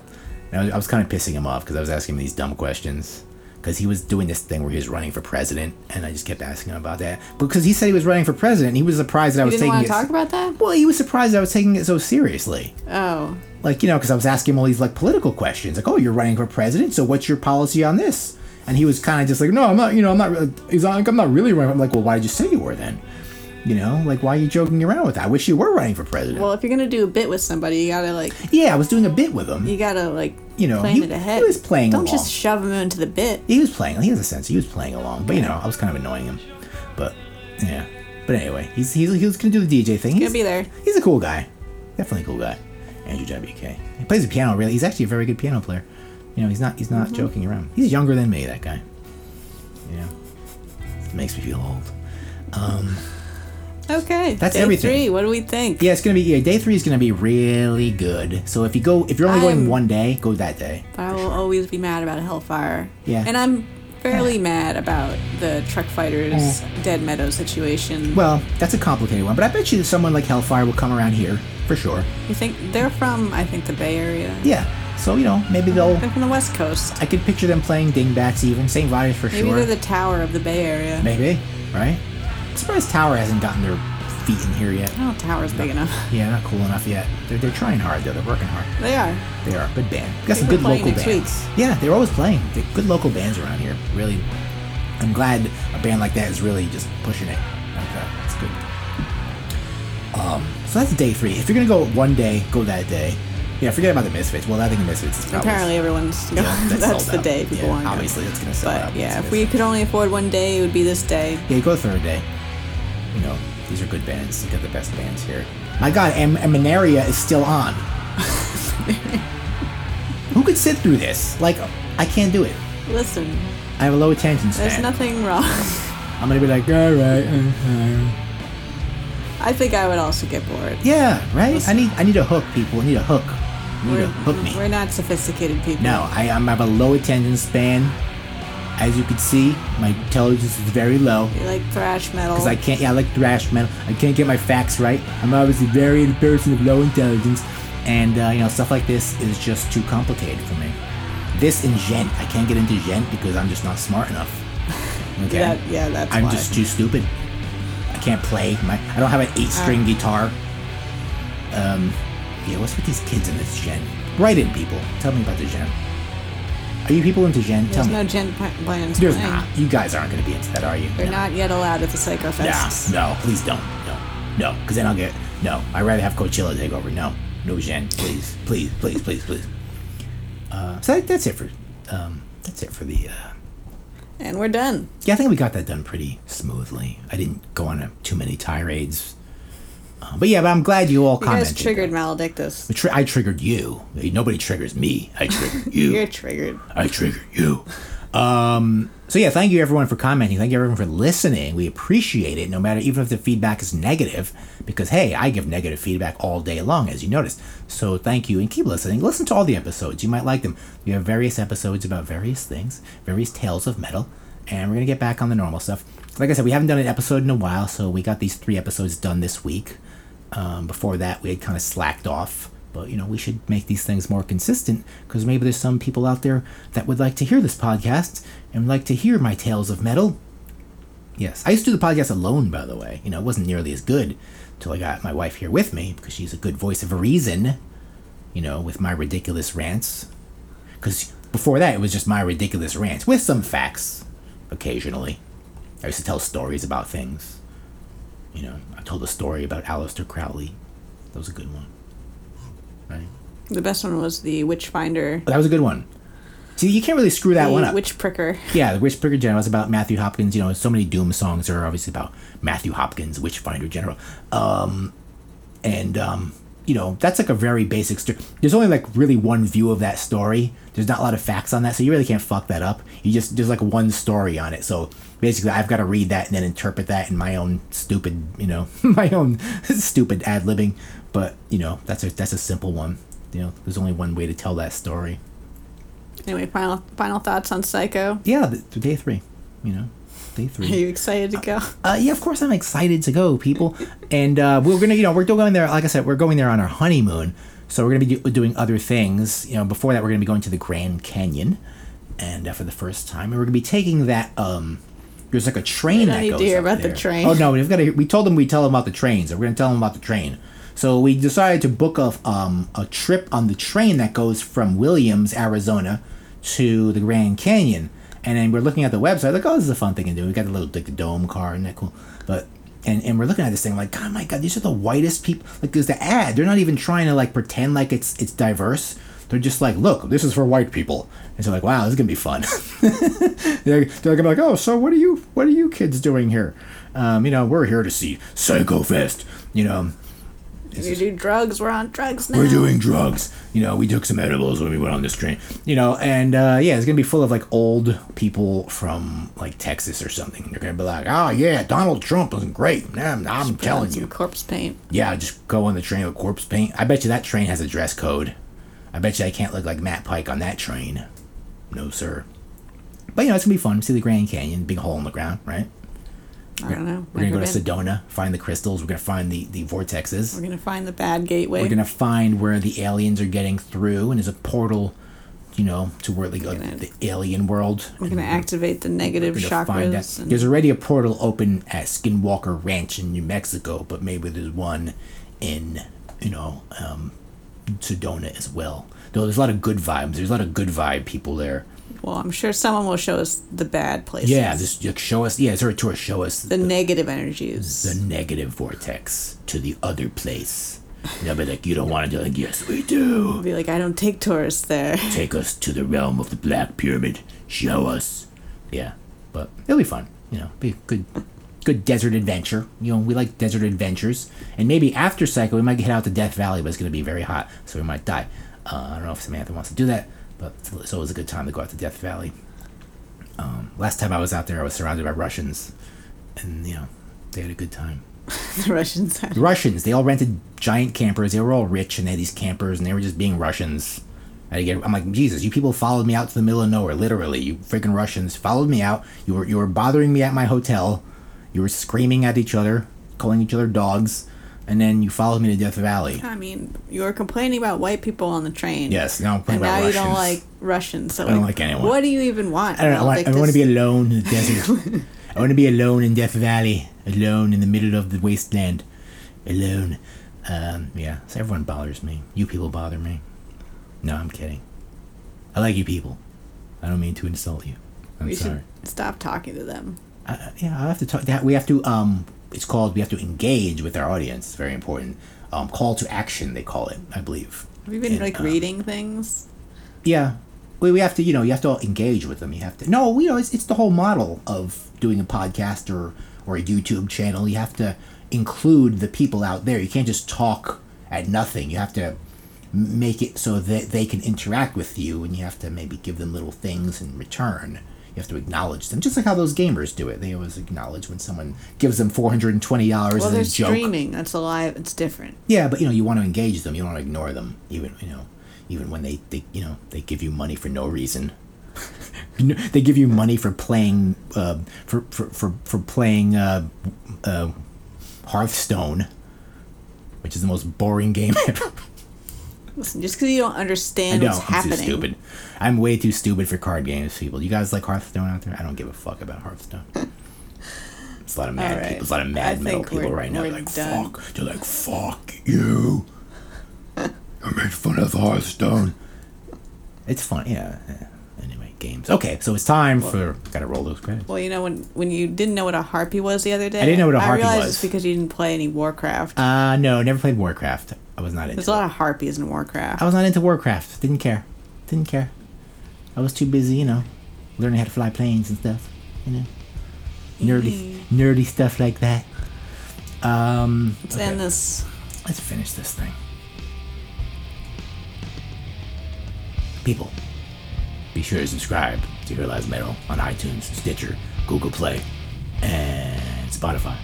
S1: And I was, I was kind of pissing him off because I was asking him these dumb questions. because he was doing this thing where he was running for president, and I just kept asking him about that because he said he was running for president. He was surprised that I
S2: You
S1: was taking
S2: didn't want
S1: it.
S2: to talk about that?
S1: well, he was surprised I was taking it so seriously.
S2: Oh.
S1: Like you know, because I was asking him all these like political questions, like, "Oh, you're running for president, so what's your policy on this?" And he was kind of just like, "No, I'm not. You know, I'm not. re- He's like, I'm not really running." I'm like, "Well, why did you say you were then?" You know, like, why are you joking around with that? I wish you were running for president.
S2: Well, if you're gonna do a bit with somebody, you gotta like,
S1: yeah, I was doing a bit with him.
S2: you gotta like,
S1: You know,
S2: plan
S1: he-
S2: it ahead.
S1: he was playing
S2: Don't
S1: along.
S2: just shove them into the bit.
S1: he was playing. He has a sense. He was playing along, but you know, I was kind of annoying him. But yeah. But anyway, he's he's he was gonna do the DJ thing. He's
S2: Gonna be there.
S1: He's a cool guy, definitely a cool guy. Andrew WK. He plays the piano really. He's actually a very good piano player. You know, he's not he's not
S2: Mm-hmm.
S1: joking around. He's younger than me. That guy. You know, makes me feel old.
S2: Okay.
S1: That's
S2: day
S1: everything.
S2: Three. What do we think?
S1: Yeah, it's gonna be yeah. Day three is gonna be really good. So if you go, if you're only going
S2: I'm-
S1: one day, go that day.
S2: But I will always be mad about Hellfire.
S1: Yeah.
S2: And I'm fairly mad about the truck fighters Dead Meadow situation.
S1: Well, that's a complicated one, but I bet you someone like Hellfire will come around here for sure.
S2: I think they're from I think the Bay Area.
S1: Yeah. So you know, maybe they'll
S2: They're from the West Coast.
S1: I could picture them playing Dingbats even. St. Vitus for
S2: Maybe
S1: sure.
S2: they're the Tower of the Bay Area.
S1: Maybe, right? I'm surprised Tower hasn't gotten their feet in here yet.
S2: I don't know if Tower's big enough.
S1: Yeah, not cool enough yet. They're, they're trying hard, though. They're working hard.
S2: They are.
S1: They are. a Good band. We got some
S2: They were
S1: good
S2: playing
S1: local
S2: next
S1: bands.
S2: week.
S1: Yeah, they're always playing. They're good local bands around here. Really, I'm glad a band like that is really just pushing it. Like that. It's good. Um, so that's day three. If you're gonna go one day, go that day. Yeah, forget about the Misfits. Well, I think the Misfits is probably
S2: Apparently everyone's
S1: Yeah,
S2: that's,
S1: sold
S2: the
S1: out.
S2: day people
S1: yeah,
S2: want to go.
S1: Obviously, it's gonna sell out.
S2: But yeah,
S1: It's
S2: if we
S1: Misfits.
S2: could only afford one day, it would be this day.
S1: Yeah, you go third day. You know, these are good bands. You got the best bands here. My God, and and Minaria is still on. Who could sit through this? Like, I can't do it.
S2: Listen,
S1: I have a low attention span.
S2: there's nothing wrong.
S1: I'm gonna be like, all right. uh, uh."
S2: I think I would also get bored.
S1: Yeah, right. I need, I need a hook, people. I need a hook. I need
S2: We're,
S1: a hook me.
S2: we're not sophisticated people.
S1: No, I, I'm have a low attention span. As you can see, my intelligence is very low.
S2: We like thrash metal.
S1: Because I can't, yeah, I like thrash metal. I can't get my facts right. I'm obviously very a person of low intelligence, and uh, you know stuff like this is just too complicated for me. This and gent, I can't get into gent because I'm just not smart enough. Okay,
S2: That- yeah, that's
S1: I'm
S2: why.
S1: just too stupid. I can't play. My I don't have an eight-string
S2: Uh.
S1: guitar. Um, yeah, what's with these kids in this gen? Write in, people. Tell me about the gen. Are you people into gen? Tell
S2: There's
S1: me.
S2: no gen pla- plans.
S1: There's
S2: playing.
S1: not. You guys aren't going to be into that, are you?
S2: They're
S1: No.
S2: not yet allowed at
S1: Nah,
S2: the Psychofest.
S1: no, please don't. No, no, because then I'll get no. I'd rather have Coachella take over. No, no, Jen, please, please, please, please, please. Uh, so that, that's it for um, that's it for the. Uh,
S2: And we're done.
S1: yeah, I think we got that done pretty smoothly. I didn't go on a, too many tirades, uh, but yeah, but I'm glad you all
S2: You
S1: commented.
S2: guys triggered Maledictus.
S1: Tri- I triggered you. Hey, Nobody triggers me. I trigger you.
S2: You're triggered.
S1: I triggered you. Um, so yeah, thank you everyone for commenting. Thank you everyone for listening. We appreciate it, no matter even if the feedback is negative, because hey, I give negative feedback all day long, as you noticed. So thank you and keep listening. Listen to all the episodes. You might like them. We have various episodes about various things, various tales of metal, and we're gonna get back on the normal stuff. Like I said, we haven't done an episode in a while, so we got these three episodes done this week. Um, before that, we had kind of slacked off. But you know, we should make these things more consistent because maybe there's some people out there that would like to hear this podcast and would like to hear my tales of metal. Yes, I used to do the podcast alone, by the way. You know, it wasn't nearly as good till I got my wife here with me because she's a good voice of reason. You know, with my ridiculous rants. Because before that, it was just my ridiculous rants with some facts occasionally. I used to tell stories about things. You know, I told a story about Aleister Crowley. That was a good one. Right?
S2: The best one was the Witchfinder.
S1: But that was a good one. See, you can't really screw that
S2: The
S1: one up.
S2: Witch Pricker.
S1: yeah, the Witch Pricker General is about Matthew Hopkins. You know, so many Doom songs are obviously about Matthew Hopkins, Witchfinder General. Um, and um, you know, that's like a very basic story. There's only like really one view of that story. There's not a lot of facts on that, so you really can't fuck that up. You just there's like one story on it. So basically, I've got to read that and then interpret that in my own stupid, you know, my own stupid ad libbing. But you know, that's a that's a simple one. You know, there's only one way to tell that story
S2: Anyway, final final thoughts on Psycho.
S1: yeah, th- th- day three, you know, day
S2: Are
S1: three.
S2: you excited to go?
S1: Uh, yeah, of course I'm excited to go, people, and uh, we're gonna, you know, we're going there. Like I said, we're going there on our honeymoon, so we're gonna be do- doing other things. You know, before that, we're gonna be going to the Grand Canyon, and uh, for the first time, and we're gonna be taking that. um There's like a train
S2: don't
S1: that
S2: need to
S1: goes
S2: hear
S1: up
S2: about the
S1: there.
S2: train.
S1: Oh no, we've got to. We told them we tell them about the train, so we're gonna tell them about the train. So we decided to book a um a trip on the train that goes from Williams, Arizona, to the Grand Canyon, and then we're looking at the website like, oh, this is a fun thing to do. We got the little like the dome car and that cool, but. And, and we're looking at this thing like, God, my God, these are the whitest people. Like, there's the ad. They're not even trying to like pretend like it's it's diverse. They're just like, look, this is for white people. And so like, wow, this is gonna be fun. they're, they're gonna be like, oh, so what are you, what are you kids doing here? Um, you know, we're here to see Psycho Fest. You know,
S2: You do drugs. We're on drugs now.
S1: we're doing drugs. You know, we took some edibles when we went on this train. You know, and uh, yeah, it's gonna be full of like old people from like Texas or something. They're gonna be like, oh yeah, Donald Trump was great. I'm, I'm telling
S2: Some
S1: you.
S2: corpse paint.
S1: Yeah, just go on the train with corpse paint. I bet you that train has a dress code. I bet you I can't look like Matt Pike on that train. No, sir. But you know, it's gonna be fun. See the Grand Canyon, big hole in the ground, right?
S2: I don't know.
S1: We're gonna
S2: Never
S1: go to
S2: been.
S1: Sedona, find the crystals. We're gonna find the the vortexes.
S2: We're gonna find the bad gateway.
S1: We're gonna find where the aliens are getting through, and there's a portal, you know, to where like, like,
S2: gonna-
S1: the alien world.
S2: We're gonna activate the negative
S1: We're gonna find that-
S2: chakras. And
S1: There's already a portal open at Skinwalker Ranch in New Mexico, but maybe there's one in, you know, um, Sedona as well. Though there's a lot of good vibes. There's a lot of good vibe people there.
S2: well, I'm sure someone will show us the bad places.
S1: Yeah, just like, show us. Yeah, it's her tour. Show us
S2: the negative energies.
S1: the negative vortex to the other place. And they'll be like, you don't want to do like, yes, we do.
S2: I'll be like, I don't take tourists there.
S1: Take us to the realm of the Black Pyramid. Show us. Yeah, but it'll be fun. You know, be a good, good desert adventure. You know, we like desert adventures. And maybe after Psycho, we might head out to Death Valley, but it's going to be very hot, so we might die. Uh, I don't know if Samantha wants to do that, but it's always a good time to go out to Death Valley. Um, last time I was out there, I was surrounded by Russians, and you know, they had a good time.
S2: the Russians.
S1: The Russians. They all rented giant campers. They were all rich and they had these campers and they were just being Russians. I get, I'm like, Jesus, you people followed me out to the middle of nowhere, literally. You freaking Russians followed me out. You were, you were bothering me at my hotel. You were screaming at each other, calling each other dogs, and then you followed me to Death Valley.
S2: I mean, you were complaining about white people on the train.
S1: Yes, now I'm
S2: And
S1: complaining
S2: now
S1: about
S2: you
S1: Russians.
S2: don't like Russians. So I
S1: don't like anyone.
S2: What do you even want?
S1: I don't know. I want,
S2: think
S1: I want to
S2: this-
S1: be alone in the desert. I want to be alone in Death Valley, alone in the middle of the wasteland, alone. Um, yeah, so everyone bothers me. You people bother me. No, I'm kidding. I like you people. I don't mean to insult you. I'm
S2: We
S1: sorry.
S2: should stop talking to them.
S1: Uh, yeah, I have to talk. That we have to. Um, it's called. We have to engage with our audience. It's very important. Um, call to action. They call it. I believe.
S2: Have you been
S1: And,
S2: like
S1: um,
S2: reading things?
S1: Yeah. We, we have to, you know, you have to engage with them. You have to. No, you know, it's, it's the whole model of doing a podcast or, or a YouTube channel. You have to include the people out there. You can't just talk at nothing. You have to m- make it so that they can interact with you and you have to maybe give them little things in return. You have to acknowledge them, just like how those gamers do it. They always acknowledge when someone gives them four hundred and twenty dollars
S2: Well,
S1: as
S2: they're
S1: a joke.
S2: streaming. That's alive. It's different.
S1: Yeah, but you know, you want to engage them. You don't want to ignore them, even you know, even when they, they you know they give you money for no reason. You know, they give you money for playing uh, for, for for for playing uh, uh, Hearthstone, which is the most boring game ever.
S2: Listen, just because you don't
S1: I
S2: understand
S1: don't.
S2: what's
S1: I'm
S2: happening.
S1: too stupid. I'm way too stupid for card games, people. You guys like Hearthstone out there? I don't give a fuck about Hearthstone. It's a lot of mad
S2: All right.
S1: people. It's a lot of
S2: I
S1: mad metal
S2: think
S1: people
S2: we're-
S1: right now.
S2: we're
S1: They're like,
S2: done.
S1: fuck. They're like, fuck you. I made fun of Hearthstone. It's fun. Yeah. yeah. Anyway, games. Okay, so it's time for. Gotta roll those credits.
S2: Well, you know when when you didn't know what a harpy was the other day. I
S1: didn't know what a harpy
S2: I realized
S1: was.
S2: it's because you didn't play any Warcraft.
S1: Uh, no, never played Warcraft. I was not into
S2: There's a lot of harpies in Warcraft.
S1: I was not into Warcraft. Didn't care. Didn't care. I was too busy, you know, learning how to fly planes and stuff. You know, nerdy, nerdy stuff like that. Um,
S2: Let's end this.
S1: let's finish this thing. People, be sure to subscribe to Here Lies Metal on iTunes, Stitcher, Google Play, and Spotify.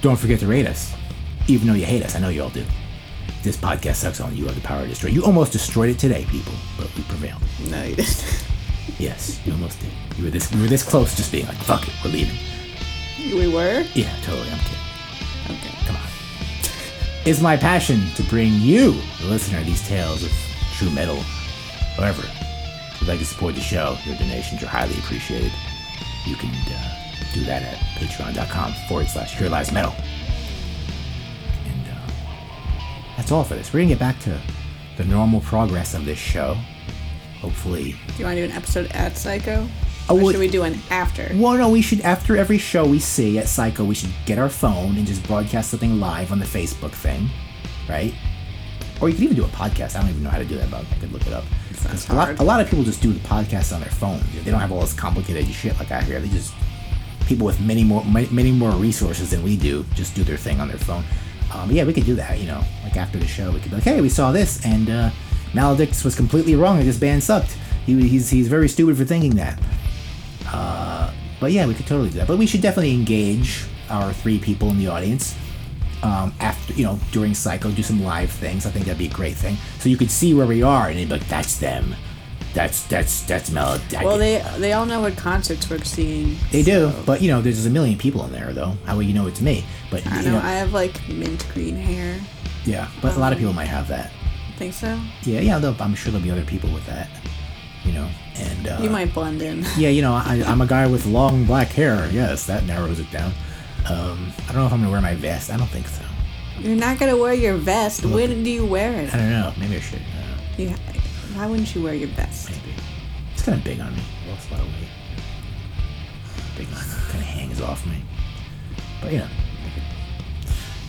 S1: Don't forget to rate us, even though you hate us. I know you all do. This podcast sucks on you. Have the power to destroy. You almost destroyed it today, people, but we prevailed.
S2: No, you didn't.
S1: Yes, you almost did. You were this. We were this close, just being like, "Fuck it, we're leaving."
S2: we were.
S1: Yeah, totally. I'm kidding.
S2: Okay.
S1: Come on. It's my passion to bring you, the listener, these tales of true metal, however If you'd like to support the show, your donations are highly appreciated. You can uh, do that at patreon.com forward slash pure lives metal. And uh, that's all for this. We're going to get back to the normal progress of this show. Hopefully.
S2: Do you want to do an episode at Psycho?
S1: Oh,
S2: or
S1: what-
S2: should we do an after?
S1: Well, no, we should, after every show we see at Psycho, we should get our phone and just broadcast something live on the Facebook thing, right? Or you could even do a podcast. I don't even know how to do that, but I could look it up.
S2: Sounds
S1: A lot,
S2: hard.
S1: a lot of people just do the podcast on their phones. They don't have all this complicated shit like I hear. They just people with many more ma- many more resources than we do just do their thing on their phone. Um, yeah, we could do that. You know, like after the show, we could be like, "Hey, we saw this, and uh, Maledicts was completely wrong. and This band sucked. He, he's he's very stupid for thinking that." Uh, But yeah, we could totally do that. But we should definitely engage our three people in the audience um, after, you know, during Psycho, do some live things. I think that'd be a great thing. So you could see where we are, and you'd be like, "That's them. That's that's that's Mel." I
S2: Well,
S1: can-
S2: they they all know what concerts we're seeing.
S1: they do, but you know, there's a million people in there, though. How would you know it's me? But
S2: I
S1: you
S2: know,
S1: know,
S2: I have like mint green hair.
S1: yeah. But a lot of people might have that.
S2: Think so?
S1: Yeah, yeah. there'll- I'm sure there'll be other people with that. You know, and uh,
S2: You might blend in.
S1: yeah, you know, I, I'm a guy with long black hair. Yes, that narrows it down. Um, I don't know if I'm gonna wear my vest. I don't think so.
S2: You're not gonna wear your vest. When do you wear
S1: I
S2: it?
S1: don't know. Maybe I should. I don't know.
S2: You, why wouldn't you wear your vest?
S1: Maybe. It's kind of big on me. I lost a lot of weight. Big on me. Kind of hangs off me. But you know,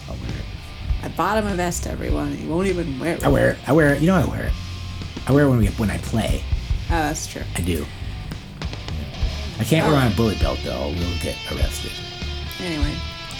S1: I'll wear it.
S2: I bought him a vest, everyone. You won't even wear it.
S1: I wear it. I wear it. You know, I wear it. I wear it when we when I play.
S2: Oh, that's true.
S1: I do. I can't wear my bullet belt though. We'll get arrested.
S2: Anyway,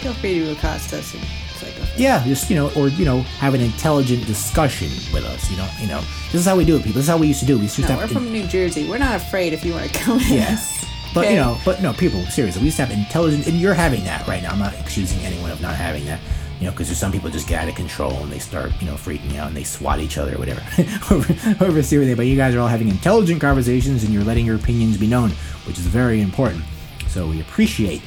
S2: feel free to accost us. And it's like,
S1: Yeah, just you know, or you know, have an intelligent discussion with us. You know, you know, this is how we do it, people. This is how we used to do. it. We used to
S2: no,
S1: have
S2: we're
S1: in-
S2: from New Jersey. We're not afraid if you want to come in.
S1: Yes. But you know, but no, people, seriously, we used to have intelligent, and you're having that right now. I'm not excusing anyone of not having that, you know, because there's some people just get out of control and they start, you know, freaking out and they swat each other or whatever. over, over Syria. But you guys are all having intelligent conversations and you're letting your opinions be known, which is very important. So we appreciate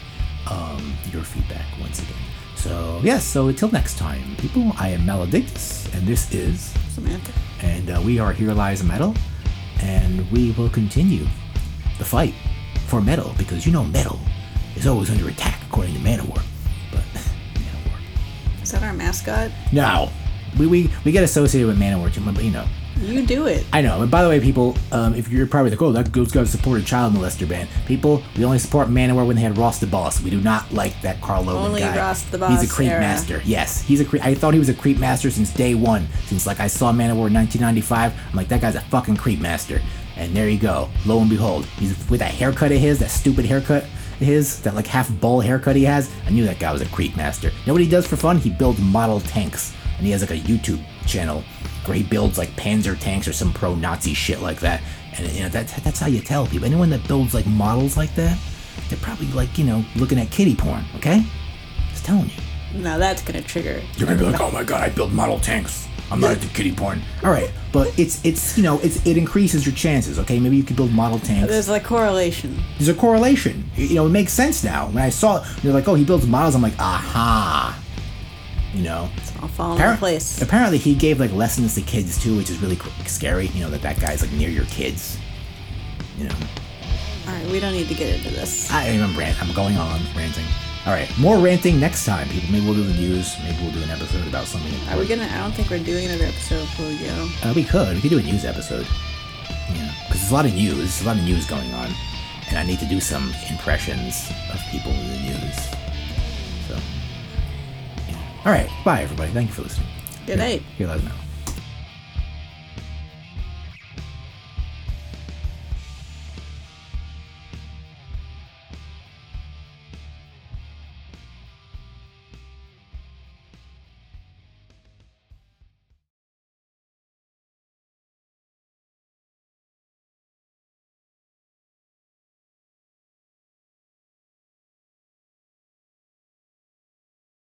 S1: um, your feedback once again. So, yes, so until next time, people, I am Maledictus, and this is
S2: Samantha.
S1: and uh, we are Here Lies Metal, and we will continue the fight for metal because you know metal is always under attack according to Manowar. But Manowar,
S2: Is that our mascot?
S1: no, we we, we get associated with Manowar too much, but you know.
S2: You do it.
S1: I know, and by the way, people, um, if you're probably like, oh, that goes to support a child molester band. People, we only support Manowar when they had Ross the Boss. We do not like that Carl Logan
S2: Only
S1: guy.
S2: Ross the
S1: He's a
S2: Boss
S1: creep
S2: era.
S1: master. Yes, he's a creep. I thought he was a creep master since day one. Since like I saw Manowar in 1995, I'm like, that guy's a fucking creep master. And there you go. Lo and behold, he's with that haircut of his, that stupid haircut of his, that like half ball haircut he has. I knew that guy was a creep master. You know what he does for fun? He builds model tanks, and he has like a YouTube channel where he builds like Panzer tanks or some pro-Nazi shit like that. And you know that's that's how you tell people. Anyone that builds like models like that, they're probably like you know looking at kitty porn. Okay, just telling you.
S2: Now that's gonna trigger.
S1: You're gonna be like, oh my god, I build model tanks. I'm not into kitty porn. All right, but it's it's you know it's it increases your chances. Okay, maybe you could build model tanks.
S2: There's like correlation.
S1: There's a correlation. You- You know, it makes sense now. When I saw, they're like, oh, he builds models. I'm like, aha. You know,
S2: I'll fall
S1: Appar-
S2: into place.
S1: Apparently, he gave like lessons to kids too, which is really qu- scary. You know that that guy's like near your kids. You know,
S2: All right, we don't need to get into this.
S1: I am rant. I'm going on ranting. All right, more ranting next time, people. Maybe we'll do the news. Maybe we'll do an episode about something.
S2: Are we gonna? I don't think we're doing another episode of Julio.
S1: Uh, we could. We could do a news episode. Yeah, because there's a lot of news. There's a lot of news going on, and I need to do some impressions of people in the news. So, yeah. all right. Bye, everybody. Thank you for listening.
S2: Good night.
S1: Here, here lies now.